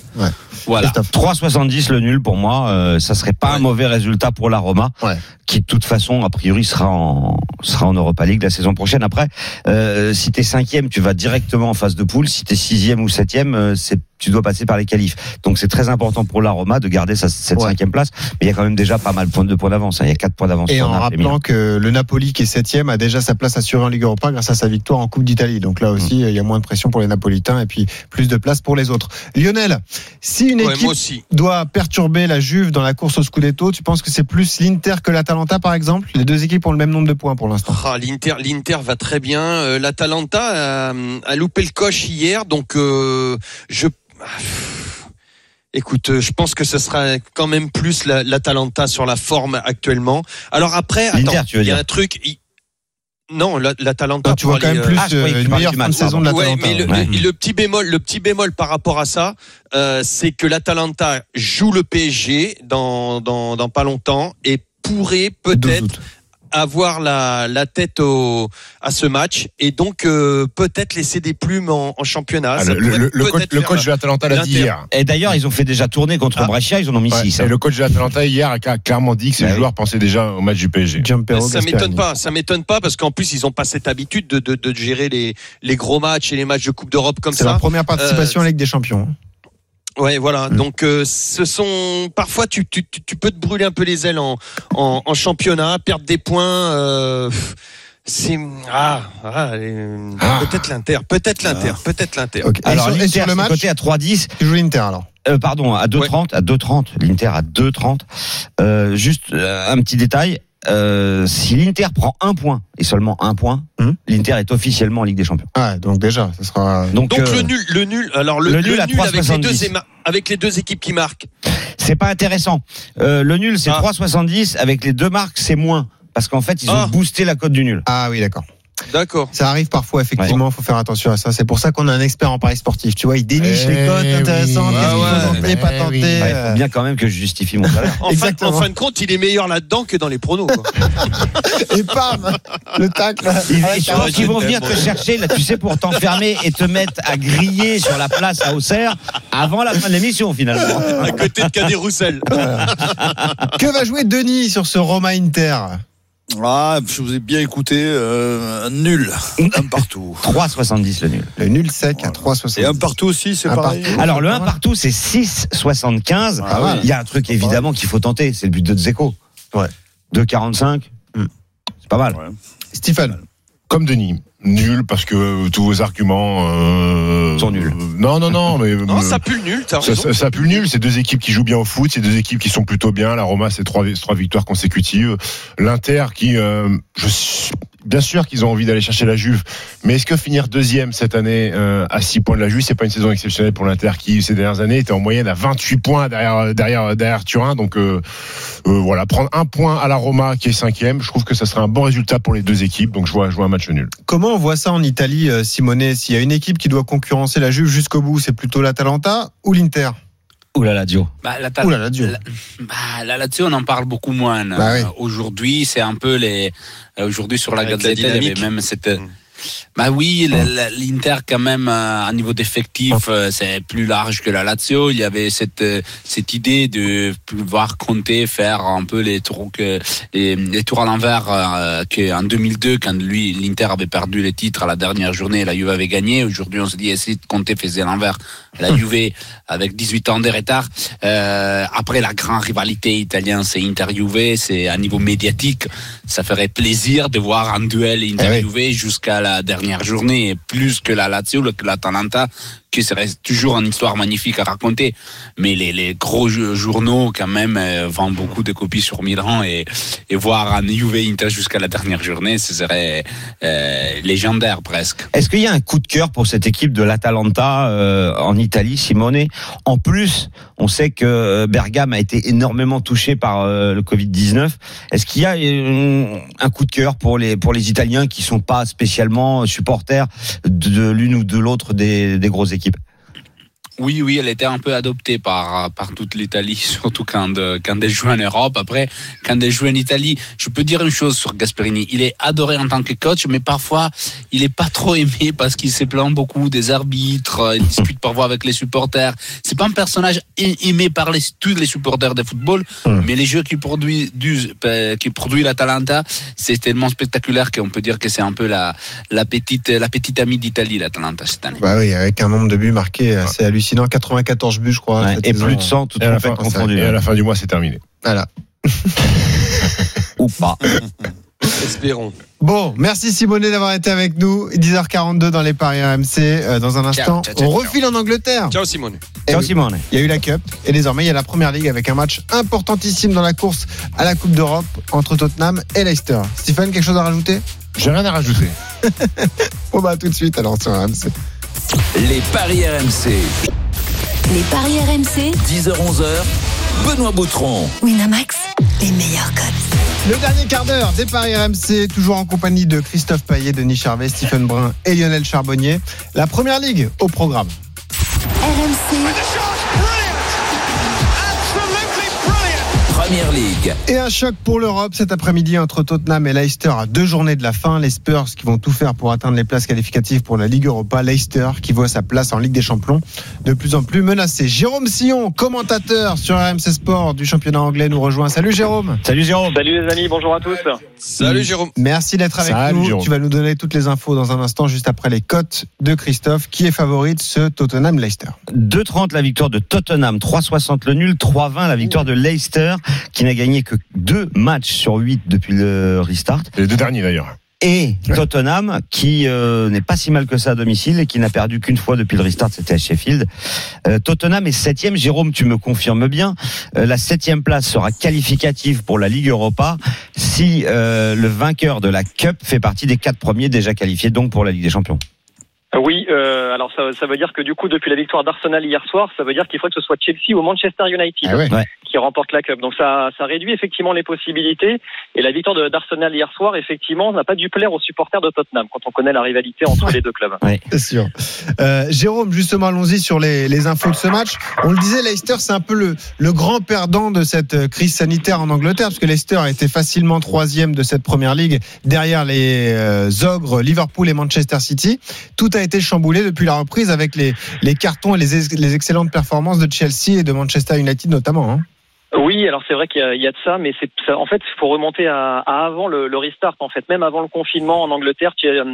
[SPEAKER 10] Voilà.
[SPEAKER 5] 3,70 le nul pour moi, euh, ça serait pas un
[SPEAKER 10] Ouais.
[SPEAKER 5] mauvais résultat pour la Roma,
[SPEAKER 3] Ouais.
[SPEAKER 5] qui de toute façon a priori sera en sera en Europa League la saison prochaine. Après, euh, si t'es cinquième, tu vas directement en phase de poule. Si t'es sixième ou septième, euh, c'est tu dois passer par les qualifs. Donc c'est très important pour la Roma de garder sa, cette
[SPEAKER 3] Ouais.
[SPEAKER 5] cinquième place. Mais il y a quand même déjà pas mal de points de points d'avance. hein. Il y a quatre points d'avance.
[SPEAKER 3] Et
[SPEAKER 5] sur
[SPEAKER 3] en
[SPEAKER 5] Naples Milan.
[SPEAKER 3] rappelant que le Napoli, qui est septième, a déjà sa place assurée en Ligue Europa grâce à sa victoire en Coupe d'Italie. Donc là aussi, il y a moins de pression pour les Napolitains et puis plus de place pour les autres. Lionel, si une
[SPEAKER 4] Ouais,
[SPEAKER 3] équipe
[SPEAKER 4] moi aussi.
[SPEAKER 3] doit perturber la Juve dans la course au Scudetto, tu penses que c'est plus l'Inter que l'Atalanta, par exemple Les deux équipes ont le même nombre de points pour l'instant.
[SPEAKER 4] Ah, L'Inter, l'Inter va très bien. Euh, L'Atalanta a, a loupé le coche hier, donc euh, je. Ah, pff. Écoute, euh, je pense que ce sera quand même plus la- l'Atalanta sur la forme actuellement. Alors après,
[SPEAKER 5] L'Inter,
[SPEAKER 4] attends,
[SPEAKER 5] tu veux
[SPEAKER 4] il y a
[SPEAKER 5] dire.
[SPEAKER 4] un truc. il- Non, la- l'Atalanta.
[SPEAKER 3] Donc, tu
[SPEAKER 4] pour
[SPEAKER 3] vois quand
[SPEAKER 4] aller,
[SPEAKER 3] même
[SPEAKER 4] euh,
[SPEAKER 3] plus
[SPEAKER 5] ah, je
[SPEAKER 3] euh,
[SPEAKER 5] croyais que tu
[SPEAKER 3] une
[SPEAKER 5] parlais
[SPEAKER 3] meilleure
[SPEAKER 5] du
[SPEAKER 3] fin de
[SPEAKER 5] match,
[SPEAKER 3] saison de
[SPEAKER 4] Ouais,
[SPEAKER 3] l'Atalanta.
[SPEAKER 4] mais le,
[SPEAKER 5] ouais.
[SPEAKER 4] le- le petit bémol, le petit bémol par rapport à ça, euh, c'est que l'Atalanta joue le PSG dans, dans, dans pas longtemps et pourrait
[SPEAKER 3] 12
[SPEAKER 4] peut-être
[SPEAKER 3] août.
[SPEAKER 4] avoir la, la tête au, à ce match et donc euh, peut-être laisser des plumes en, en championnat.
[SPEAKER 7] Ah,
[SPEAKER 4] Ça
[SPEAKER 7] le, le-
[SPEAKER 4] pourrait
[SPEAKER 7] le- le coach,
[SPEAKER 4] peut-être
[SPEAKER 7] le
[SPEAKER 4] faire
[SPEAKER 7] coach de l'Atalanta l'a dit
[SPEAKER 4] l'Inter.
[SPEAKER 7] hier.
[SPEAKER 5] Et d'ailleurs, ils ont fait déjà tourner contre
[SPEAKER 4] Ah.
[SPEAKER 5] Brescia. Ils en ont mis
[SPEAKER 7] Ouais,
[SPEAKER 5] six. hein.
[SPEAKER 7] et le coach de l'Atalanta hier a cla- clairement dit que ses
[SPEAKER 4] Bah
[SPEAKER 5] Ouais.
[SPEAKER 7] joueurs pensaient déjà au match du PSG.
[SPEAKER 3] Giampero
[SPEAKER 4] Ça
[SPEAKER 3] Gasperini.
[SPEAKER 4] m'étonne pas, ça m'étonne pas parce qu'en plus ils ont pas cette habitude de, de, de gérer les, les gros matchs et les matchs de Coupe d'Europe comme
[SPEAKER 3] C'est la
[SPEAKER 4] ça.
[SPEAKER 3] première participation
[SPEAKER 4] Euh,
[SPEAKER 3] à la Ligue des Champions. hein.
[SPEAKER 4] Ouais, voilà. Donc, euh, ce sont parfois tu, tu, tu tu peux te brûler un peu les ailes en, en, en championnat, perdre des points. euh, pff, c'est ah, ah, euh, peut-être l'Inter, peut-être l'Inter, peut-être l'Inter.
[SPEAKER 3] Ok. Et
[SPEAKER 5] Alors,
[SPEAKER 3] sur- et
[SPEAKER 5] l'Inter,
[SPEAKER 3] sur le
[SPEAKER 5] c'est
[SPEAKER 3] match
[SPEAKER 5] coté à 3-10.
[SPEAKER 3] Tu joues l'Inter alors
[SPEAKER 5] Euh, pardon, à 2,30, à 2,30, l'Inter à 2,30. Euh, juste euh, un petit détail, euh, si l'Inter prend un point, et seulement un point,
[SPEAKER 4] Hmm.
[SPEAKER 3] Mhm.
[SPEAKER 5] l'Inter est officiellement en Ligue des Champions.
[SPEAKER 3] Ah, donc déjà, ce sera.
[SPEAKER 5] Donc,
[SPEAKER 4] Donc
[SPEAKER 5] euh,
[SPEAKER 4] le nul, le nul. Alors le,
[SPEAKER 5] le
[SPEAKER 4] le
[SPEAKER 5] nul à
[SPEAKER 4] avec les deux
[SPEAKER 5] 3,70.
[SPEAKER 4] éma- avec les deux équipes qui marquent.
[SPEAKER 5] c'est pas intéressant. Euh, le nul, c'est
[SPEAKER 4] Ah.
[SPEAKER 5] 3,70, avec les deux marques, c'est moins. Parce qu'en fait, ils ont
[SPEAKER 4] Ah.
[SPEAKER 5] boosté la cote du nul.
[SPEAKER 3] Ah oui, d'accord.
[SPEAKER 4] D'accord.
[SPEAKER 3] Ça arrive parfois, effectivement, faut faire attention à ça. C'est pour ça qu'on a un expert en paris sportif. Tu vois, il déniche
[SPEAKER 7] Eh
[SPEAKER 3] les cotes
[SPEAKER 7] oui.
[SPEAKER 3] intéressantes,
[SPEAKER 4] Ah ouais.
[SPEAKER 3] qu'est-ce qu'il faut tenter, pas
[SPEAKER 7] Eh
[SPEAKER 3] tenter.
[SPEAKER 7] oui.
[SPEAKER 5] Ouais,
[SPEAKER 3] euh,
[SPEAKER 5] faut bien quand même que je justifie mon salaire.
[SPEAKER 4] En fin,
[SPEAKER 3] Exactement.
[SPEAKER 4] en fin de compte, il est meilleur là-dedans que dans les pronos. quoi.
[SPEAKER 3] Et pam Le tacle
[SPEAKER 5] Ils,
[SPEAKER 3] Ouais,
[SPEAKER 5] je pense
[SPEAKER 4] ouais,
[SPEAKER 5] qu'ils
[SPEAKER 4] je
[SPEAKER 5] vont
[SPEAKER 4] t'aime,
[SPEAKER 5] venir te
[SPEAKER 4] ouais.
[SPEAKER 5] chercher, là, tu sais, pour t'enfermer et te mettre à griller sur la place à Auxerre avant la fin de l'émission, finalement.
[SPEAKER 4] à côté de Cadet Roussel.
[SPEAKER 3] Que va jouer Denis sur ce Roma Inter
[SPEAKER 6] Ah, je vous ai bien écouté. euh, un nul. un partout.
[SPEAKER 5] 3,70 le nul.
[SPEAKER 3] Le nul sec à 3,60.
[SPEAKER 6] Et un partout aussi, c'est
[SPEAKER 3] Un
[SPEAKER 6] pareil.
[SPEAKER 3] partout.
[SPEAKER 5] Alors le 1 partout c'est 6,75.
[SPEAKER 6] Ah ouais.
[SPEAKER 5] Il y a un truc évidemment qu'il faut tenter, c'est le but de Dzeko.
[SPEAKER 3] Ouais.
[SPEAKER 5] 2,45.
[SPEAKER 3] Hmm.
[SPEAKER 5] C'est pas mal.
[SPEAKER 3] Stéphane,
[SPEAKER 7] Comme Denis. Nul parce que euh, tous vos arguments euh,
[SPEAKER 5] Sont nuls.
[SPEAKER 7] euh, non, non, non, mais
[SPEAKER 4] Non,
[SPEAKER 7] euh,
[SPEAKER 4] ça pue le nul. T'as
[SPEAKER 7] ça,
[SPEAKER 4] raison.
[SPEAKER 7] ça- ça pue le nul. C'est deux équipes qui jouent bien au foot, c'est deux équipes qui sont plutôt bien. La Roma, c'est trois, trois victoires consécutives. L'Inter, qui, euh, je suis- bien sûr qu'ils ont envie d'aller chercher la Juve, mais est-ce que finir deuxième cette année euh, à 6 points de la Juve, c'est pas une saison exceptionnelle pour l'Inter qui ces dernières années était en moyenne à 28 points derrière derrière derrière Turin. Donc euh, euh, voilà, prendre un point à la Roma qui est cinquième, je trouve que ça serait un bon résultat pour les deux équipes. Donc je vois, je vois un match nul.
[SPEAKER 3] comment on voit ça en Italie, euh, Simonet S'il y a une équipe qui doit concurrencer la Juve jusqu'au bout, c'est plutôt l'Atalanta ou l'Inter
[SPEAKER 5] Ouh là là, Dio.
[SPEAKER 10] Bah, la ta-
[SPEAKER 3] Ouh là là, Dieu.
[SPEAKER 10] la- bah, là- là-dessus, on en parle beaucoup moins.
[SPEAKER 3] Bah oui.
[SPEAKER 10] Euh, Aujourd'hui, c'est un peu les. euh, Aujourd'hui, sur la
[SPEAKER 4] Avec
[SPEAKER 10] Gazzetta, il
[SPEAKER 4] la
[SPEAKER 10] y avait
[SPEAKER 4] dynamique. Mm.
[SPEAKER 10] même cette. Bah oui, la- la- l'Inter quand même euh, à niveau d'effectif, euh, c'est plus large que la Lazio. Il y avait cette euh, cette idée de pouvoir compter, faire un peu les tours que les, les tours à l'envers euh, qu'en 2002 quand lui l'Inter avait perdu les titres à la dernière journée, la Juve avait gagné. Aujourd'hui, on se dit si compter faisait l'envers, la Juve avec 18 ans de retard. Euh, après la grande rivalité italienne, c'est Inter Juve, c'est à niveau médiatique, ça ferait plaisir de voir un duel Inter Juve jusqu'à la dernière journée, et plus que la Lazio, que l'Atalanta, qui serait toujours une histoire magnifique à raconter. Mais les, les gros jo- journaux quand même euh, vendent beaucoup de copies sur Milan et, et voir un Juve Inter jusqu'à la dernière journée, ce serait euh, légendaire presque.
[SPEAKER 5] Est-ce qu'il y a un coup de cœur pour cette équipe de l'Atalanta euh, en Italie, Simone En plus, on sait que euh, Bergame a été énormément touché par euh, le Covid-19. Est-ce qu'il y a euh, un coup de cœur pour les pour les Italiens qui sont pas spécialement supporters de, de l'une ou de l'autre des, des grosses équipes
[SPEAKER 10] Oui, oui, elle était un peu adoptée par, euh, par toute l'Italie, surtout quand, euh, quand elle joue en Europe. Après, quand elle joue en Italie, je peux dire une chose sur Gasperini. Il est adoré en tant que coach, mais parfois, il est pas trop aimé parce qu'il se plaint beaucoup des arbitres, euh, il dispute parfois avec les supporters. C'est pas un personnage ai- aimé par les, tous les supporters de football, mais les jeux qui produit, du, euh, qui produit l'Atalanta, c'est tellement spectaculaire qu'on peut dire que c'est un peu la, la petite, la petite amie d'Italie, l'Atalanta, cette année.
[SPEAKER 3] Bah oui, avec un nombre de buts marqués assez hallucinant. 94 buts, je crois.
[SPEAKER 5] Ouais,
[SPEAKER 3] cette
[SPEAKER 5] Et
[SPEAKER 3] saison.
[SPEAKER 5] plus de 100, tout
[SPEAKER 7] Et à la
[SPEAKER 5] en fait
[SPEAKER 7] fin,
[SPEAKER 5] confondu.
[SPEAKER 7] Et à la fin du mois, c'est terminé.
[SPEAKER 3] Voilà.
[SPEAKER 5] Ou pas.
[SPEAKER 4] Espérons.
[SPEAKER 3] Bon, merci Simonet d'avoir été avec nous. 10h42 dans les paris RMC. Euh, dans un instant,
[SPEAKER 10] ciao, ciao,
[SPEAKER 3] on
[SPEAKER 10] ciao.
[SPEAKER 3] refile en Angleterre.
[SPEAKER 4] Ciao Simone.
[SPEAKER 3] Eh
[SPEAKER 5] Ciao
[SPEAKER 3] oui.
[SPEAKER 5] Simone.
[SPEAKER 3] Il y a eu la Cup et désormais il y a la Première Ligue avec un match importantissime dans la course à la Coupe d'Europe entre Tottenham et Leicester. Stéphane, quelque chose à rajouter
[SPEAKER 7] J'ai rien à rajouter.
[SPEAKER 3] Bon bah à tout de suite alors sur RMC.
[SPEAKER 2] Les paris RMC.
[SPEAKER 1] Les paris RMC,
[SPEAKER 2] 10h-11h. Benoît Boutron.
[SPEAKER 1] Winamax, les meilleurs cotes.
[SPEAKER 3] Le dernier quart d'heure des Paris RMC, toujours en compagnie de Christophe Payet, Denis Charvet, Stephen Brun et Lionel Charbonnier. La Première Ligue au programme.
[SPEAKER 1] RMC,
[SPEAKER 2] Première Ligue.
[SPEAKER 3] Et un choc pour l'Europe cet après-midi entre Tottenham et Leicester à deux journées de la fin. Les Spurs qui vont tout faire pour atteindre les places qualificatives pour la Ligue Europa. Leicester qui voit sa place en Ligue des Champions de plus en plus menacée. Jérôme Sillon, commentateur sur RMC Sport du championnat anglais, nous rejoint. Salut Jérôme.
[SPEAKER 5] Salut Jérôme.
[SPEAKER 9] Salut les amis, bonjour à tous.
[SPEAKER 4] Salut Jérôme.
[SPEAKER 3] Merci d'être avec
[SPEAKER 7] Salut,
[SPEAKER 3] nous.
[SPEAKER 7] Jérôme.
[SPEAKER 3] Tu vas nous donner toutes les infos dans un instant, juste après les cotes de Christophe. Qui est favori de ce Tottenham Leicester
[SPEAKER 5] 2,30 la victoire de Tottenham, 3,60 le nul, 3,20 la victoire de Leicester, qui n'a gagné que deux matchs sur huit depuis le restart.
[SPEAKER 7] Les deux derniers d'ailleurs.
[SPEAKER 5] Et Tottenham, qui euh, n'est pas si mal que ça à domicile et qui n'a perdu qu'une fois depuis le restart, c'était à Sheffield. Euh, Tottenham est septième. Jérôme, tu me confirmes bien. Euh, la septième place sera qualificative pour la Ligue Europa si euh, le vainqueur de la Cup fait partie des quatre premiers déjà qualifiés, donc pour la Ligue des Champions.
[SPEAKER 11] Oui, euh, alors ça, ça veut dire que du coup, depuis la victoire d'Arsenal hier soir, ça veut dire qu'il faudrait que ce soit Chelsea ou Manchester United
[SPEAKER 7] Ah ouais.
[SPEAKER 11] qui remporte la Cup. Donc ça, ça réduit effectivement les possibilités. Et la victoire de- d'Arsenal hier soir, effectivement, n'a pas dû plaire aux supporters de Tottenham quand on connaît la rivalité entre les deux clubs.
[SPEAKER 3] C'est sûr. Euh, Jérôme, justement, allons-y sur les, les infos de ce match. On le disait, Leicester, c'est un peu le, le grand perdant de cette euh, crise sanitaire en Angleterre, parce que Leicester a été facilement troisième de cette première ligue, derrière les euh, ogres Liverpool et Manchester City. Tout a été chamboulé depuis la reprise avec les, les cartons et les, ex- les excellentes performances de Chelsea et de Manchester United notamment. hein.
[SPEAKER 11] Oui, alors c'est vrai qu'il y, a- il y a de ça, mais c'est ça- en fait, il faut remonter à, à avant le, le restart. En fait, même avant le confinement en Angleterre, tu- euh,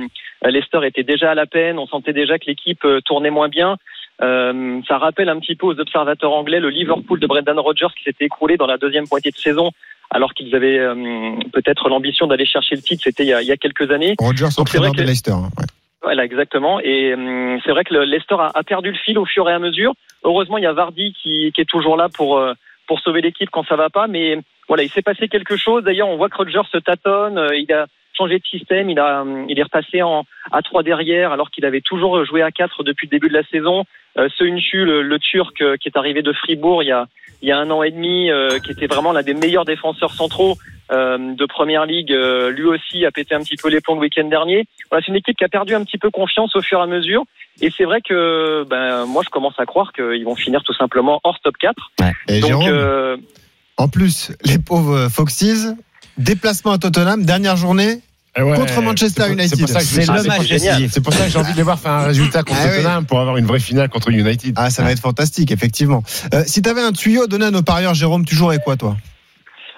[SPEAKER 11] Leicester était déjà à la peine. On sentait déjà que l'équipe euh, tournait moins bien. Euh, ça rappelle un petit peu aux observateurs anglais le Liverpool de Brendan Rodgers qui s'était écroulé dans la deuxième moitié de saison, alors qu'ils avaient euh, peut-être l'ambition d'aller chercher le titre. C'était il y a- il y a quelques années.
[SPEAKER 3] Rodgers,
[SPEAKER 11] Donc, c'est vrai
[SPEAKER 3] entraîneur de
[SPEAKER 11] que-
[SPEAKER 3] Leicester. hein, ouais.
[SPEAKER 11] Voilà, exactement. Et hum, c'est vrai que le- Leicester a, a perdu le fil au fur et à mesure. Heureusement, il y a Vardy qui, qui est toujours là pour, euh, pour sauver l'équipe quand ça va pas. Mais voilà, il s'est passé quelque chose. D'ailleurs, on voit que Rodgers se tâtonne. Euh, Il a changé de système. Il, a, hum, il est repassé en, à 3 derrière alors qu'il avait toujours joué à 4 depuis le début de la saison. Euh, Söynchu, le, le Turc euh, qui est arrivé de Fribourg il y a, il y a un an et demi, euh, qui était vraiment l'un des meilleurs défenseurs centraux euh, de Première Ligue, euh, lui aussi a pété un petit peu les plombs le week-end dernier. Voilà, c'est une équipe qui a perdu un petit peu confiance au fur et à mesure. Et c'est vrai que ben, moi, je commence à croire qu'ils vont finir tout simplement hors top 4.
[SPEAKER 3] Et
[SPEAKER 11] Donc,
[SPEAKER 3] Jérôme,
[SPEAKER 11] euh,
[SPEAKER 3] en plus, les pauvres Foxes, déplacement à Tottenham, dernière journée,
[SPEAKER 7] Eh ouais,
[SPEAKER 3] Contre Manchester
[SPEAKER 7] c'est pour-
[SPEAKER 3] United.
[SPEAKER 7] C'est pour ça que je-
[SPEAKER 5] C'est
[SPEAKER 11] Ah,
[SPEAKER 5] le
[SPEAKER 11] c'est
[SPEAKER 5] match
[SPEAKER 11] génial.
[SPEAKER 5] décisif.
[SPEAKER 7] c'est pour ça que j'ai envie de les voir faire un résultat contre
[SPEAKER 3] Ah oui.
[SPEAKER 7] Tottenham pour avoir une vraie finale contre United.
[SPEAKER 3] Ah, ça va être fantastique, effectivement. Euh, si t'avais un tuyau donné à nos parieurs, Jérôme, tu jouerais quoi, toi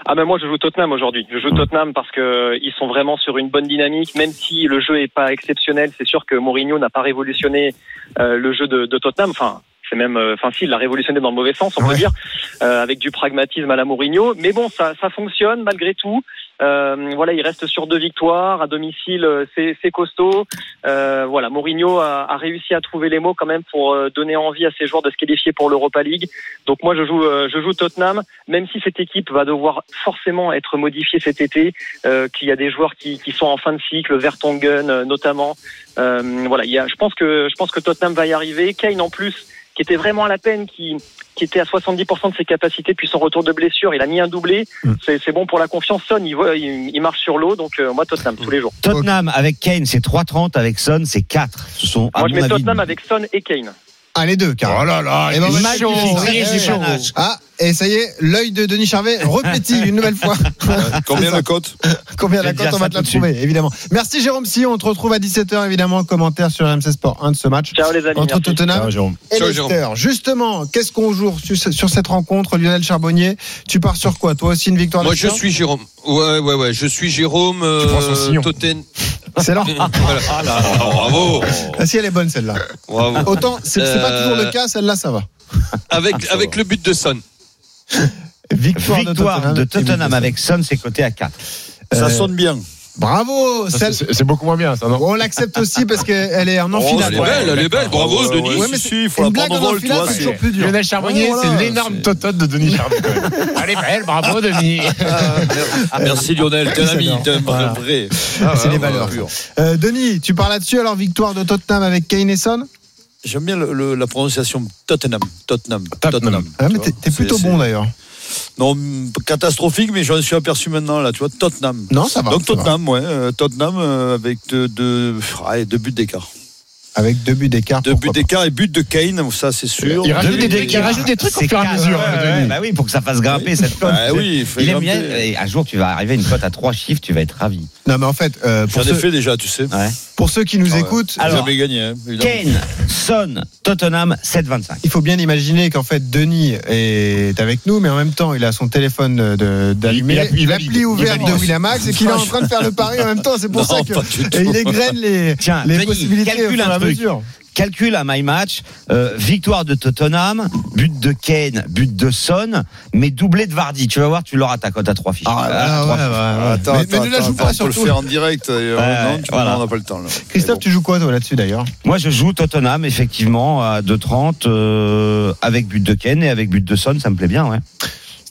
[SPEAKER 11] ah ben moi, je joue Tottenham aujourd'hui. Je joue Tottenham parce que euh, ils sont vraiment sur une bonne dynamique, même si le jeu est pas exceptionnel. C'est sûr que Mourinho n'a pas révolutionné euh, le jeu de, de Tottenham. Enfin, c'est même, euh, enfin, si, il l'a révolutionné dans le mauvais sens, on
[SPEAKER 3] Ouais.
[SPEAKER 11] peut dire, euh, avec du pragmatisme à la Mourinho. Mais bon, ça, ça fonctionne malgré tout. Euh, voilà, il reste sur deux victoires à domicile, euh, c'est c'est costaud. Euh, voilà, Mourinho a, a réussi à trouver les mots quand même pour euh, donner envie à ses joueurs de se qualifier pour l'Europa League. Donc moi, je joue, euh, je joue Tottenham, même si cette équipe va devoir forcément être modifiée cet été, euh, qu'il y a des joueurs qui, qui sont en fin de cycle, Vertonghen euh, notamment. Euh, voilà, il y a, je pense que je pense que Tottenham va y arriver. Kane en plus, qui était vraiment à la peine, qui qui était à 70% de ses capacités puis son retour de blessure, il a mis un doublé.
[SPEAKER 3] Mm.
[SPEAKER 11] C'est c'est bon pour la confiance. Son, il, voit- il, il marche sur l'eau, donc euh, moi Tottenham
[SPEAKER 5] Mm.
[SPEAKER 11] tous les jours.
[SPEAKER 5] Tottenham avec Kane, c'est 3,30. Avec Son, c'est 4. Ce sont, à
[SPEAKER 11] moi je
[SPEAKER 5] mon
[SPEAKER 11] mets
[SPEAKER 5] avis,
[SPEAKER 11] Tottenham avec Son et Kane.
[SPEAKER 3] Ah, les deux, car.
[SPEAKER 7] Oh là là,
[SPEAKER 3] Eh ben, voilà,
[SPEAKER 5] Chaud,
[SPEAKER 3] magnifique.
[SPEAKER 5] Régis
[SPEAKER 3] Eh ouais.
[SPEAKER 5] Chaud.
[SPEAKER 3] Ah, et ça y est, l'œil de Denis Charvet repétille une nouvelle fois.
[SPEAKER 6] Combien
[SPEAKER 3] ah, ça.
[SPEAKER 6] de cotes
[SPEAKER 3] Combien
[SPEAKER 5] Je
[SPEAKER 3] la
[SPEAKER 5] vais
[SPEAKER 3] cote,
[SPEAKER 5] dire
[SPEAKER 3] on va
[SPEAKER 5] ça
[SPEAKER 3] te la
[SPEAKER 5] tout de suite.
[SPEAKER 3] trouver, évidemment. Merci Jérôme Sillon, on te retrouve à 17h, évidemment, commentaire sur RMC Sport 1 de ce match
[SPEAKER 11] Ciao les amis.
[SPEAKER 3] entre
[SPEAKER 11] merci.
[SPEAKER 3] Tottenham
[SPEAKER 5] Hein
[SPEAKER 7] Ah, Jérôme.
[SPEAKER 3] et
[SPEAKER 4] Ciao,
[SPEAKER 3] Leicester. Justement, qu'est-ce qu'on joue sur, ce- sur cette rencontre, Lionel Charbonnier Tu pars sur quoi Toi aussi une victoire
[SPEAKER 4] Moi, je
[SPEAKER 3] Leicester
[SPEAKER 4] suis Jérôme. Ouais, ouais, ouais. Je suis Jérôme. Euh,
[SPEAKER 7] prends son sillon.
[SPEAKER 4] Totten.
[SPEAKER 3] C'est Ah, là.
[SPEAKER 4] Voilà. Oh, bravo.
[SPEAKER 3] Ah, si elle est bonne celle-là.
[SPEAKER 4] bravo.
[SPEAKER 3] Autant, c'est c'est pas
[SPEAKER 4] Euh,
[SPEAKER 3] toujours le cas, celle-là ça va.
[SPEAKER 4] Avec, avec le but de Son.
[SPEAKER 3] Victoire,
[SPEAKER 5] Victoire de
[SPEAKER 3] et but
[SPEAKER 5] Tottenham
[SPEAKER 3] Son.
[SPEAKER 5] avec Son, c'est coté à 4.
[SPEAKER 6] Ça
[SPEAKER 3] Euh,
[SPEAKER 6] sonne bien.
[SPEAKER 3] Bravo
[SPEAKER 7] Ça,
[SPEAKER 3] celle-
[SPEAKER 7] C'est c'est beaucoup moins bien, ça, non
[SPEAKER 3] On l'accepte aussi parce qu'elle est en
[SPEAKER 4] Oh,
[SPEAKER 3] enfilade.
[SPEAKER 4] elle est belle, elle est belle. Bravo,
[SPEAKER 6] Ouais,
[SPEAKER 4] Denis.
[SPEAKER 6] ouais,
[SPEAKER 3] Ouais, mais
[SPEAKER 6] si,
[SPEAKER 3] c'est-
[SPEAKER 6] si, il faut la
[SPEAKER 3] une blague
[SPEAKER 6] prendre
[SPEAKER 3] en
[SPEAKER 6] au vol, tu
[SPEAKER 3] enfilade,
[SPEAKER 6] vois.
[SPEAKER 3] c'est
[SPEAKER 6] c'est-
[SPEAKER 3] toujours plus dur. Ah,
[SPEAKER 7] Lionel Charbonnier,
[SPEAKER 3] Oh
[SPEAKER 6] Ouais, voilà,
[SPEAKER 7] c'est l'énorme
[SPEAKER 6] c'est-
[SPEAKER 7] totote de Denis Charvet. quand même. Elle est belle, bravo Denis.
[SPEAKER 6] Ah,
[SPEAKER 4] Merci Lionel, t'es un ami,
[SPEAKER 3] J'adore.
[SPEAKER 4] t'es un
[SPEAKER 3] Voilà. Ah,
[SPEAKER 4] vrai.
[SPEAKER 3] C'est les valeurs. Euh, Denis, tu parles là-dessus alors victoire de Tottenham avec Kane et Son
[SPEAKER 6] J'aime bien le- le- la prononciation Tottenham. Tottenham.
[SPEAKER 7] Tottenham.
[SPEAKER 3] ah,
[SPEAKER 6] tu
[SPEAKER 3] mais
[SPEAKER 6] vois.
[SPEAKER 3] T'es t'es
[SPEAKER 6] C'est-
[SPEAKER 3] plutôt
[SPEAKER 6] c'est-
[SPEAKER 3] bon d'ailleurs.
[SPEAKER 6] Non, hum, catastrophique, mais j'en suis aperçu maintenant, là, tu vois, Tottenham.
[SPEAKER 3] Non, ça va.
[SPEAKER 6] Donc
[SPEAKER 3] ça va.
[SPEAKER 6] Tottenham, ouais, euh, Tottenham euh, avec deux, deux, pff, ouais, deux ah, buts d'écart.
[SPEAKER 3] Ah avec deux buts d'écart.
[SPEAKER 6] Deux buts
[SPEAKER 3] pourquoi
[SPEAKER 6] d'écart et but de Kane, ça c'est sûr.
[SPEAKER 7] Il rajoute
[SPEAKER 5] Deux buts
[SPEAKER 7] des trucs, il
[SPEAKER 5] d'écart.
[SPEAKER 7] rajoute des trucs au
[SPEAKER 5] C'est
[SPEAKER 7] fur et à
[SPEAKER 5] quatre.
[SPEAKER 7] mesure.
[SPEAKER 5] Ouais,
[SPEAKER 7] hein,
[SPEAKER 5] ouais,
[SPEAKER 7] Denis.
[SPEAKER 5] Bah oui, pour que ça fasse grimper cette cote.
[SPEAKER 6] Bah oui, il fait
[SPEAKER 5] Il aime
[SPEAKER 6] grimper.
[SPEAKER 5] bien. et Un jour, tu vas arriver à une cote à trois chiffres, tu vas être ravi.
[SPEAKER 3] pas. Non, mais en fait, euh,
[SPEAKER 6] J'en
[SPEAKER 3] pour,
[SPEAKER 6] ai
[SPEAKER 3] ceux,
[SPEAKER 6] fait déjà, tu sais.
[SPEAKER 5] Ouais.
[SPEAKER 3] pour ceux qui nous
[SPEAKER 6] Ah ouais.
[SPEAKER 3] écoutent,
[SPEAKER 6] Vous
[SPEAKER 5] Alors,
[SPEAKER 6] avez gagné. hein, évidemment.
[SPEAKER 5] Kane, Son, Tottenham, 7,25.
[SPEAKER 3] il faut bien imaginer qu'en fait, Denis est avec nous, mais en même temps, il a son téléphone de-
[SPEAKER 7] Il- il
[SPEAKER 3] d'allumé,
[SPEAKER 7] appuie valide.
[SPEAKER 3] l'appli
[SPEAKER 7] Il
[SPEAKER 3] ouverte de
[SPEAKER 7] valide.
[SPEAKER 3] Winamax et qu'il est en train de faire le pari en même temps. C'est pour
[SPEAKER 6] Non,
[SPEAKER 3] ça que.
[SPEAKER 6] pas du tout.
[SPEAKER 3] Et il égrène les,
[SPEAKER 5] Tiens,
[SPEAKER 3] les
[SPEAKER 5] Denis,
[SPEAKER 3] possibilités
[SPEAKER 5] calcule
[SPEAKER 3] au fur et
[SPEAKER 5] un
[SPEAKER 3] à
[SPEAKER 5] truc.
[SPEAKER 3] mesure.
[SPEAKER 5] Calcule à My Match, euh, victoire de Tottenham, but de Kane, but de Son, mais doublé de Vardy. Tu vas voir, tu l'auras ta cote à trois fiches.
[SPEAKER 3] Ah,
[SPEAKER 5] À trois fiches.
[SPEAKER 6] Ah, Attends,
[SPEAKER 3] Mais-
[SPEAKER 6] attends,
[SPEAKER 3] mais ne la
[SPEAKER 6] attends,
[SPEAKER 3] joue pas,
[SPEAKER 6] attends, on peut
[SPEAKER 3] surtout.
[SPEAKER 6] le faire en direct. euh,
[SPEAKER 5] Ouais,
[SPEAKER 6] non, tu-
[SPEAKER 5] voilà.
[SPEAKER 6] non, on n'a pas le temps. là.
[SPEAKER 3] Christophe, tu joues quoi toi là-dessus d'ailleurs
[SPEAKER 5] Moi, je joue Tottenham, effectivement, à 2,30, euh, avec but de Kane et avec but de Son, ça me plaît bien, ouais.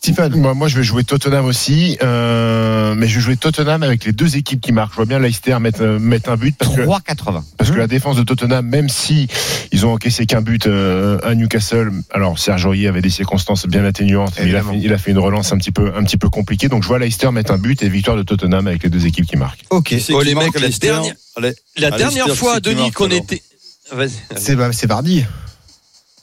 [SPEAKER 3] Stephen
[SPEAKER 7] Moi, moi, je vais jouer Tottenham aussi, euh, mais je vais jouer Tottenham avec les deux équipes qui marquent. Je vois bien Leicester mettre, euh, mettre un but parce que
[SPEAKER 5] 3,80.
[SPEAKER 7] parce que la défense de Tottenham, même si ils ont encaissé qu'un but euh, à Newcastle, alors Serge Aurier avait des circonstances bien atténuantes, mais il a,
[SPEAKER 3] Évidemment.
[SPEAKER 7] fait, il a fait une relance un petit peu, un petit peu compliquée. Donc je vois Leicester mettre un but et victoire de Tottenham avec les deux équipes qui marquent.
[SPEAKER 3] Ok,
[SPEAKER 6] Qui c'est
[SPEAKER 4] Oh,
[SPEAKER 6] qui
[SPEAKER 4] les
[SPEAKER 6] marque
[SPEAKER 4] mecs, la
[SPEAKER 6] Leicester
[SPEAKER 4] dernière-
[SPEAKER 6] Allez,
[SPEAKER 4] La
[SPEAKER 6] Allez,
[SPEAKER 4] dernière
[SPEAKER 6] Steph,
[SPEAKER 4] fois,
[SPEAKER 6] c'est qui
[SPEAKER 4] Denis,
[SPEAKER 6] marque,
[SPEAKER 4] qu'on
[SPEAKER 6] alors
[SPEAKER 4] était. Vas-y.
[SPEAKER 6] Euh,
[SPEAKER 3] c'est bah, c'est Vardy.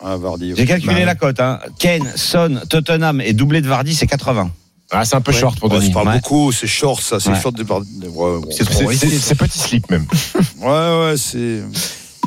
[SPEAKER 6] ah, Vardy.
[SPEAKER 5] J'ai
[SPEAKER 6] ouais.
[SPEAKER 5] calculé
[SPEAKER 6] Bah,
[SPEAKER 5] la cote, hein. Kane, Son, Tottenham et doublé de Vardy, c'est 80.
[SPEAKER 7] Ah, c'est un peu short pour
[SPEAKER 6] ouais,
[SPEAKER 7] Denis.
[SPEAKER 6] c'est pas
[SPEAKER 5] Ouais.
[SPEAKER 6] beaucoup, c'est short ça, c'est
[SPEAKER 5] Ouais.
[SPEAKER 6] short de Vardy. Ouais, bon.
[SPEAKER 7] C'est- c'est- C'est c'est petit slip même.
[SPEAKER 6] ouais, ouais, c'est.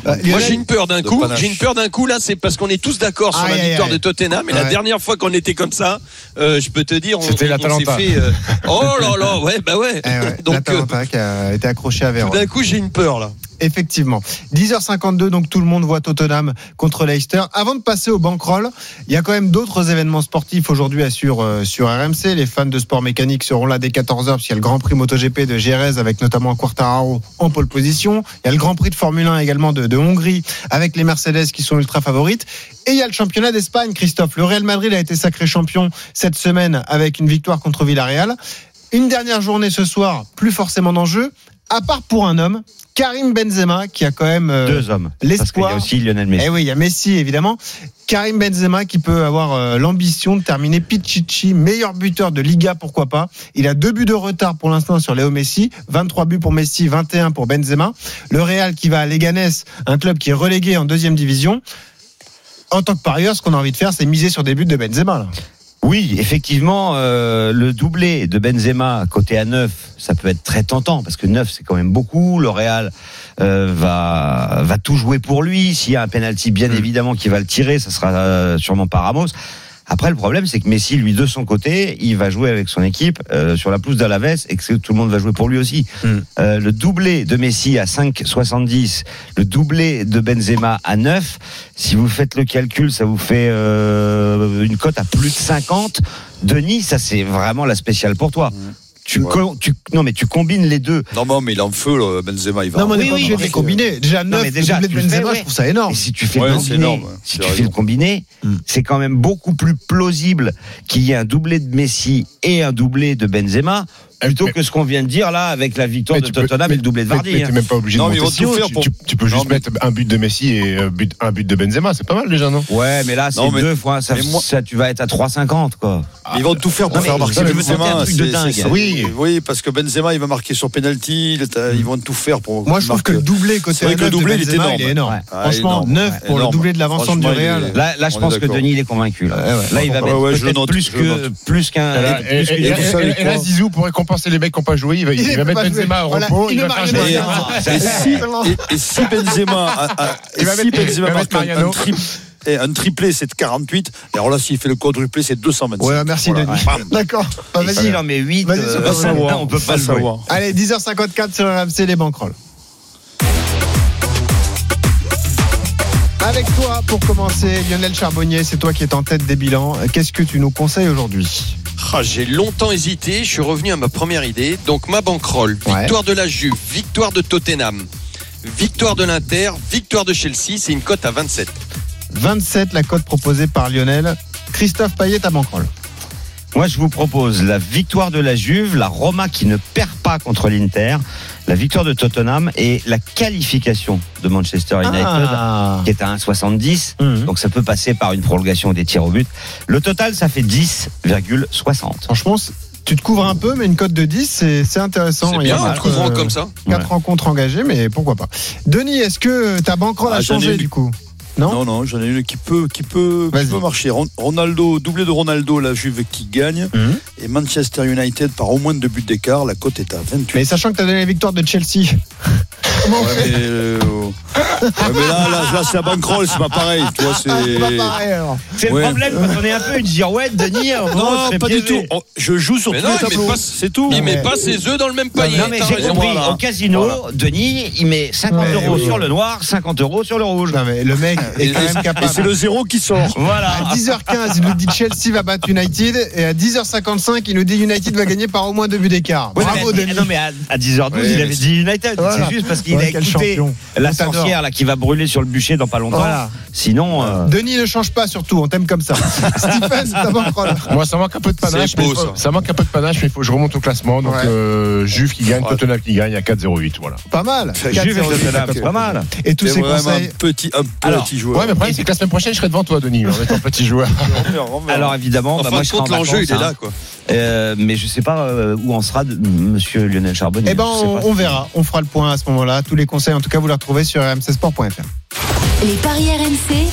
[SPEAKER 3] Bah,
[SPEAKER 4] Moi
[SPEAKER 3] Lionel-
[SPEAKER 4] j'ai une peur d'un
[SPEAKER 6] de
[SPEAKER 4] coup,
[SPEAKER 6] panache.
[SPEAKER 4] j'ai une peur d'un coup là, c'est parce qu'on est tous d'accord sur
[SPEAKER 3] Aïe,
[SPEAKER 4] la
[SPEAKER 3] aïe,
[SPEAKER 4] victoire
[SPEAKER 3] aïe.
[SPEAKER 4] de Tottenham. Mais
[SPEAKER 3] Ouais.
[SPEAKER 4] la dernière fois qu'on était comme ça, euh, je peux te dire, on,
[SPEAKER 7] C'était
[SPEAKER 4] on- on s'est
[SPEAKER 7] l'Atalanta.
[SPEAKER 4] fait. euh, oh là là, ouais bah ouais.
[SPEAKER 3] Eh ouais,
[SPEAKER 4] Donc euh,
[SPEAKER 3] l'Atalanta qui a été accroché à
[SPEAKER 4] tout
[SPEAKER 3] Véron.
[SPEAKER 4] d'un coup j'ai une peur là.
[SPEAKER 3] Effectivement. 10h52, donc tout le monde voit Tottenham contre Leicester. Avant de passer au bankroll, il y a quand même d'autres événements sportifs aujourd'hui à sur, euh, sur RMC. Les fans de sport mécanique seront là dès 14h, puisqu'il y a le Grand Prix MotoGP de Jerez avec notamment Quartararo en pole position. Il y a le Grand Prix de Formule 1 également de, de Hongrie avec les Mercedes qui sont ultra favorites. Et il y a le championnat d'Espagne, Christophe. Le Real Madrid a été sacré champion cette semaine avec une victoire contre Villarreal. Une dernière journée ce soir, plus forcément d'enjeu, à part pour un homme, Karim Benzema, qui a quand même... euh,
[SPEAKER 5] Deux hommes. Parce qu'il y
[SPEAKER 3] l'espoir-
[SPEAKER 5] a aussi Lionel Messi.
[SPEAKER 3] Eh oui, il y a Messi, évidemment. Karim Benzema, qui peut avoir euh, l'ambition de terminer Pichichi, meilleur buteur de Liga, pourquoi pas. Il a deux buts de retard pour l'instant sur Léo Messi. 23 buts pour Messi, 21 pour Benzema. Le Real qui va à Leganés, un club qui est relégué en deuxième division. En tant que parieur, ce qu'on a envie de faire, c'est miser sur des buts de Benzema. là.
[SPEAKER 5] Oui, effectivement, euh, le doublé de Benzema côté à 9, ça peut être très tentant parce que 9 c'est quand même beaucoup. Le Real euh, va va tout jouer pour lui. S'il y a un penalty, bien évidemment, qui va le tirer, ça sera euh, sûrement par Ramos. Après, le problème, c'est que Messi, lui, de son côté, il va jouer avec son équipe euh, sur la pousse d'Alaves et que tout le monde va jouer pour lui aussi. Euh, le doublé de Messi à 5,70, le doublé de Benzema à 9, si vous faites le calcul, ça vous fait euh, une cote à plus de 50. Denis, ça c'est vraiment la spéciale pour toi. Tu,
[SPEAKER 6] Ouais.
[SPEAKER 5] co- tu- non mais tu combines les deux.
[SPEAKER 6] Non, non, mais il est en feu, là, Benzema, il va.
[SPEAKER 3] Non, mais on
[SPEAKER 5] oui,
[SPEAKER 3] n'est pas
[SPEAKER 5] oui,
[SPEAKER 3] obligé de
[SPEAKER 5] mais-
[SPEAKER 3] les combiner. Déjà,
[SPEAKER 5] Non,
[SPEAKER 3] 9
[SPEAKER 5] mais déjà,
[SPEAKER 3] doublés de
[SPEAKER 5] tu le
[SPEAKER 3] Benzema,
[SPEAKER 5] fais, ouais.
[SPEAKER 3] je trouve ça énorme.
[SPEAKER 5] Et si tu fais
[SPEAKER 6] Ouais,
[SPEAKER 5] le
[SPEAKER 6] c'est
[SPEAKER 5] combiné,
[SPEAKER 6] énorme, ouais.
[SPEAKER 5] si
[SPEAKER 6] Tu
[SPEAKER 5] tu
[SPEAKER 6] as
[SPEAKER 5] fais
[SPEAKER 6] raison.
[SPEAKER 5] le combiné,
[SPEAKER 3] Mm.
[SPEAKER 5] c'est quand même beaucoup plus plausible qu'il y ait un doublé de Messi et un doublé de Benzema plutôt
[SPEAKER 7] Mais-
[SPEAKER 5] que ce qu'on vient de dire là avec la victoire
[SPEAKER 7] Mais
[SPEAKER 5] de
[SPEAKER 7] tu peux-
[SPEAKER 5] Tottenham et le doublé de
[SPEAKER 7] mais-
[SPEAKER 5] Vardy.
[SPEAKER 7] mais
[SPEAKER 5] hein.
[SPEAKER 7] t'es même pas obligé
[SPEAKER 6] Non,
[SPEAKER 7] de
[SPEAKER 6] mais ils
[SPEAKER 7] monter
[SPEAKER 6] vont
[SPEAKER 7] si
[SPEAKER 6] tout
[SPEAKER 7] haut.
[SPEAKER 6] faire
[SPEAKER 7] Tu-
[SPEAKER 6] pour-
[SPEAKER 7] tu, tu peux
[SPEAKER 6] Non,
[SPEAKER 7] juste
[SPEAKER 6] mais-
[SPEAKER 7] mettre un but de Messi et euh, but- un but de Benzema. C'est pas mal déjà, non
[SPEAKER 5] Ouais, mais là, c'est
[SPEAKER 6] Non, mais-
[SPEAKER 5] deux fois, ça,
[SPEAKER 6] mais moi-
[SPEAKER 5] ça, tu vas être à 3,50 quoi.
[SPEAKER 6] Mais Ils vont tout faire
[SPEAKER 5] Non,
[SPEAKER 6] pour
[SPEAKER 5] mais
[SPEAKER 6] faire
[SPEAKER 5] je
[SPEAKER 6] marquer
[SPEAKER 5] veux dire, c'est un
[SPEAKER 6] Benzema.
[SPEAKER 5] truc de
[SPEAKER 6] c'est-
[SPEAKER 5] dingue.
[SPEAKER 6] c'est-
[SPEAKER 7] Oui.
[SPEAKER 6] oui, parce que Benzema, il va marquer sur penalty. il est- Ils vont tout faire pour.
[SPEAKER 3] Moi, je trouve que le doublé côté
[SPEAKER 6] C'est vrai que le
[SPEAKER 3] neuf de
[SPEAKER 6] doublé, il est
[SPEAKER 3] Benzema,
[SPEAKER 6] énorme.
[SPEAKER 3] il est énorme.
[SPEAKER 5] Ouais.
[SPEAKER 6] Ah,
[SPEAKER 3] Franchement,
[SPEAKER 6] énorme.
[SPEAKER 3] 9 pour le
[SPEAKER 6] Énorme.
[SPEAKER 3] doublé de l'avant-centre du
[SPEAKER 6] Franchement, il est-
[SPEAKER 3] Real.
[SPEAKER 5] Là, là je
[SPEAKER 6] On est
[SPEAKER 5] pense que
[SPEAKER 6] d'accord.
[SPEAKER 5] Denis il est convaincu. Là,
[SPEAKER 3] Ouais, ouais.
[SPEAKER 5] Là, il
[SPEAKER 6] Ouais,
[SPEAKER 5] va mettre
[SPEAKER 6] ouais, je
[SPEAKER 5] peut-être
[SPEAKER 6] note, je
[SPEAKER 5] plus que
[SPEAKER 6] note. eh,
[SPEAKER 5] plus qu'un.
[SPEAKER 7] Et,
[SPEAKER 5] plus que-
[SPEAKER 7] et- et-
[SPEAKER 6] vous savez
[SPEAKER 7] et là,
[SPEAKER 6] quoi
[SPEAKER 7] Zizou, pour récompenser les mecs qui n'ont pas joué, il va, il
[SPEAKER 3] Il
[SPEAKER 7] va
[SPEAKER 3] peut
[SPEAKER 7] mettre
[SPEAKER 3] pas jouer.
[SPEAKER 7] Benzema au
[SPEAKER 3] Voilà,
[SPEAKER 7] repos.
[SPEAKER 3] il
[SPEAKER 7] Il
[SPEAKER 3] le
[SPEAKER 7] va faire
[SPEAKER 3] marque
[SPEAKER 7] jouer
[SPEAKER 3] Benzema.
[SPEAKER 7] Benzema.
[SPEAKER 6] Et, et si, et- et si Benzema, a- a-
[SPEAKER 7] Il va
[SPEAKER 6] si
[SPEAKER 7] mettre-
[SPEAKER 6] Benzema
[SPEAKER 7] il va
[SPEAKER 6] marque
[SPEAKER 7] mettre
[SPEAKER 6] un,
[SPEAKER 7] Mariano.
[SPEAKER 6] un triplé, et un triplé, c'est de 48. Et alors là, s'il fait le quadruplé, c'est 225.
[SPEAKER 3] Ouais, merci
[SPEAKER 6] Voilà.
[SPEAKER 3] Denis.
[SPEAKER 6] Bam.
[SPEAKER 3] D'accord. Bah,
[SPEAKER 6] eh,
[SPEAKER 5] Et
[SPEAKER 3] vas-y.
[SPEAKER 5] s'il en met 8,
[SPEAKER 3] Vas-y,
[SPEAKER 6] On
[SPEAKER 3] c'est
[SPEAKER 6] va savoir.
[SPEAKER 5] euh, on peut pas le jouer.
[SPEAKER 6] savoir.
[SPEAKER 3] Allez, 10h54 sur RMC, les banquerolles. Avec toi, pour commencer, Lionel Charbonnier, c'est toi qui es en tête des bilans. Qu'est-ce que tu nous conseilles aujourd'hui
[SPEAKER 4] Ah, j'ai longtemps hésité, je suis revenu à ma première idée. Donc ma banquerolle,
[SPEAKER 3] Ouais.
[SPEAKER 4] victoire de la Juve, victoire de Tottenham, victoire de l'Inter, victoire de Chelsea, c'est une cote à 27.
[SPEAKER 3] 27, la cote proposée par Lionel. Christophe Payet, ta banquerolle.
[SPEAKER 5] Moi, je vous propose la victoire de la Juve, la Roma qui ne perd pas contre l'Inter, la victoire de Tottenham et la qualification de Manchester United
[SPEAKER 3] Ah.
[SPEAKER 5] qui est à 1,70.
[SPEAKER 3] Mhm.
[SPEAKER 4] Mmh.
[SPEAKER 5] Donc, ça peut passer par une prolongation ou des tirs au but. Le total, ça fait 10,60.
[SPEAKER 3] Franchement, c'est- tu te couvres un peu, mais une cote de 10, c'est- c'est intéressant.
[SPEAKER 4] C'est
[SPEAKER 3] Il y a
[SPEAKER 4] bien en
[SPEAKER 3] quatre,
[SPEAKER 4] couvrant
[SPEAKER 3] euh,
[SPEAKER 4] comme ça.
[SPEAKER 3] Quatre rencontres engagées, mais pourquoi pas. Denis, est-ce que ta bankroll a
[SPEAKER 6] Ah, j'en ai
[SPEAKER 3] changé
[SPEAKER 6] une.
[SPEAKER 3] du coup
[SPEAKER 6] Non, non, j'en ai une qui peut, qui peut, qui
[SPEAKER 3] Vas-y.
[SPEAKER 6] peut marcher. Ron- Ronaldo, doublé de Ronaldo, la Juve qui gagne.
[SPEAKER 3] Mhm.
[SPEAKER 6] Et Manchester United par au moins deux buts d'écart. La cote est à 28.
[SPEAKER 3] Mais sachant que tu as donné la victoire de Chelsea. Comment on
[SPEAKER 6] Ouais,
[SPEAKER 3] fait
[SPEAKER 6] mais, euh, ouais, mais là, là, là, c'est la bankroll, c'est pas pareil. Tu vois, c'est.
[SPEAKER 3] Ah, c'est pas pareil alors.
[SPEAKER 5] C'est le
[SPEAKER 6] Ouais.
[SPEAKER 5] problème quand on est un peu une girouette, Denis. à un moment, on se
[SPEAKER 6] Non,
[SPEAKER 5] fait
[SPEAKER 6] pas du tout.
[SPEAKER 5] piéger.
[SPEAKER 6] Oh, Je joue sur
[SPEAKER 4] Mais
[SPEAKER 6] tous
[SPEAKER 4] non,
[SPEAKER 6] les
[SPEAKER 4] il met
[SPEAKER 6] tableaux.
[SPEAKER 4] pas-
[SPEAKER 6] C'est tout.
[SPEAKER 4] Il met
[SPEAKER 3] Ouais.
[SPEAKER 4] pas ses œufs dans le même panier.
[SPEAKER 5] Non mais
[SPEAKER 4] t'as
[SPEAKER 5] j'ai
[SPEAKER 4] raison.
[SPEAKER 5] compris.
[SPEAKER 4] Voilà.
[SPEAKER 5] Au casino, Denis, il met 50
[SPEAKER 3] Ouais,
[SPEAKER 5] euros
[SPEAKER 3] ouais.
[SPEAKER 5] sur le noir, 50 euros sur le rouge.
[SPEAKER 3] Non, mais le mec est quand même
[SPEAKER 6] Et c'est
[SPEAKER 3] capable.
[SPEAKER 6] le zéro qui sort.
[SPEAKER 5] Voilà.
[SPEAKER 3] À 10h15, il nous dit Chelsea va battre United. Et à 10h55, il nous dit United va gagner par au moins deux buts d'écart.
[SPEAKER 5] Ouais,
[SPEAKER 3] Bravo,
[SPEAKER 5] mais-
[SPEAKER 3] Denis.
[SPEAKER 5] non mais à, à 10h12
[SPEAKER 6] Ouais,
[SPEAKER 5] il
[SPEAKER 6] mais
[SPEAKER 5] avait dit United
[SPEAKER 3] Voilà.
[SPEAKER 5] c'est juste parce qu'il
[SPEAKER 3] Ouais,
[SPEAKER 5] a
[SPEAKER 3] quel
[SPEAKER 5] écouté
[SPEAKER 3] champion.
[SPEAKER 5] la
[SPEAKER 3] On t'adore.
[SPEAKER 5] sorcière là qui va brûler sur le bûcher dans pas longtemps
[SPEAKER 3] Voilà.
[SPEAKER 5] sinon euh,
[SPEAKER 3] Denis ne change pas surtout, on t'aime comme ça. Stephen, ta bankroll.
[SPEAKER 7] Moi, ça manque un peu de panache.
[SPEAKER 4] C'est beau,
[SPEAKER 7] mais faut-
[SPEAKER 4] ça.
[SPEAKER 7] manque un peu de panache, mais il faut que je remonte au classement. Donc,
[SPEAKER 3] Ouais.
[SPEAKER 7] euh, Juve qui gagne,
[SPEAKER 6] Ouais.
[SPEAKER 7] Tottenham qui gagne à 4-0-8. Voilà.
[SPEAKER 3] Pas mal.
[SPEAKER 5] Juve et
[SPEAKER 3] 4-0,
[SPEAKER 5] Tottenham,
[SPEAKER 3] c'est
[SPEAKER 5] c'est pas mal
[SPEAKER 3] Et tous
[SPEAKER 6] C'est
[SPEAKER 3] ces
[SPEAKER 6] vraiment
[SPEAKER 3] conseils.
[SPEAKER 6] un petit, un petit
[SPEAKER 5] Alors,
[SPEAKER 6] joueur.
[SPEAKER 7] Ouais, mais le problème, c'est que la semaine prochaine, je serai devant toi, Denis, en étant petit joueur.
[SPEAKER 5] alors évidemment
[SPEAKER 4] En
[SPEAKER 5] bah,
[SPEAKER 4] fin
[SPEAKER 5] moi
[SPEAKER 4] de
[SPEAKER 5] je serai
[SPEAKER 4] compte,
[SPEAKER 5] en
[SPEAKER 4] l'enjeu, il
[SPEAKER 5] vacances,
[SPEAKER 4] est
[SPEAKER 5] hein.
[SPEAKER 4] là, quoi.
[SPEAKER 5] Euh, mais je sais pas euh, où en sera de- monsieur Lionel Charbonnier
[SPEAKER 3] Eh ben,
[SPEAKER 5] Je sais pas.
[SPEAKER 3] on, on verra. On fera le point à ce moment-là. Tous les conseils, en tout cas, vous les retrouvez sur rmcsport.fr.
[SPEAKER 1] Les paris RMC.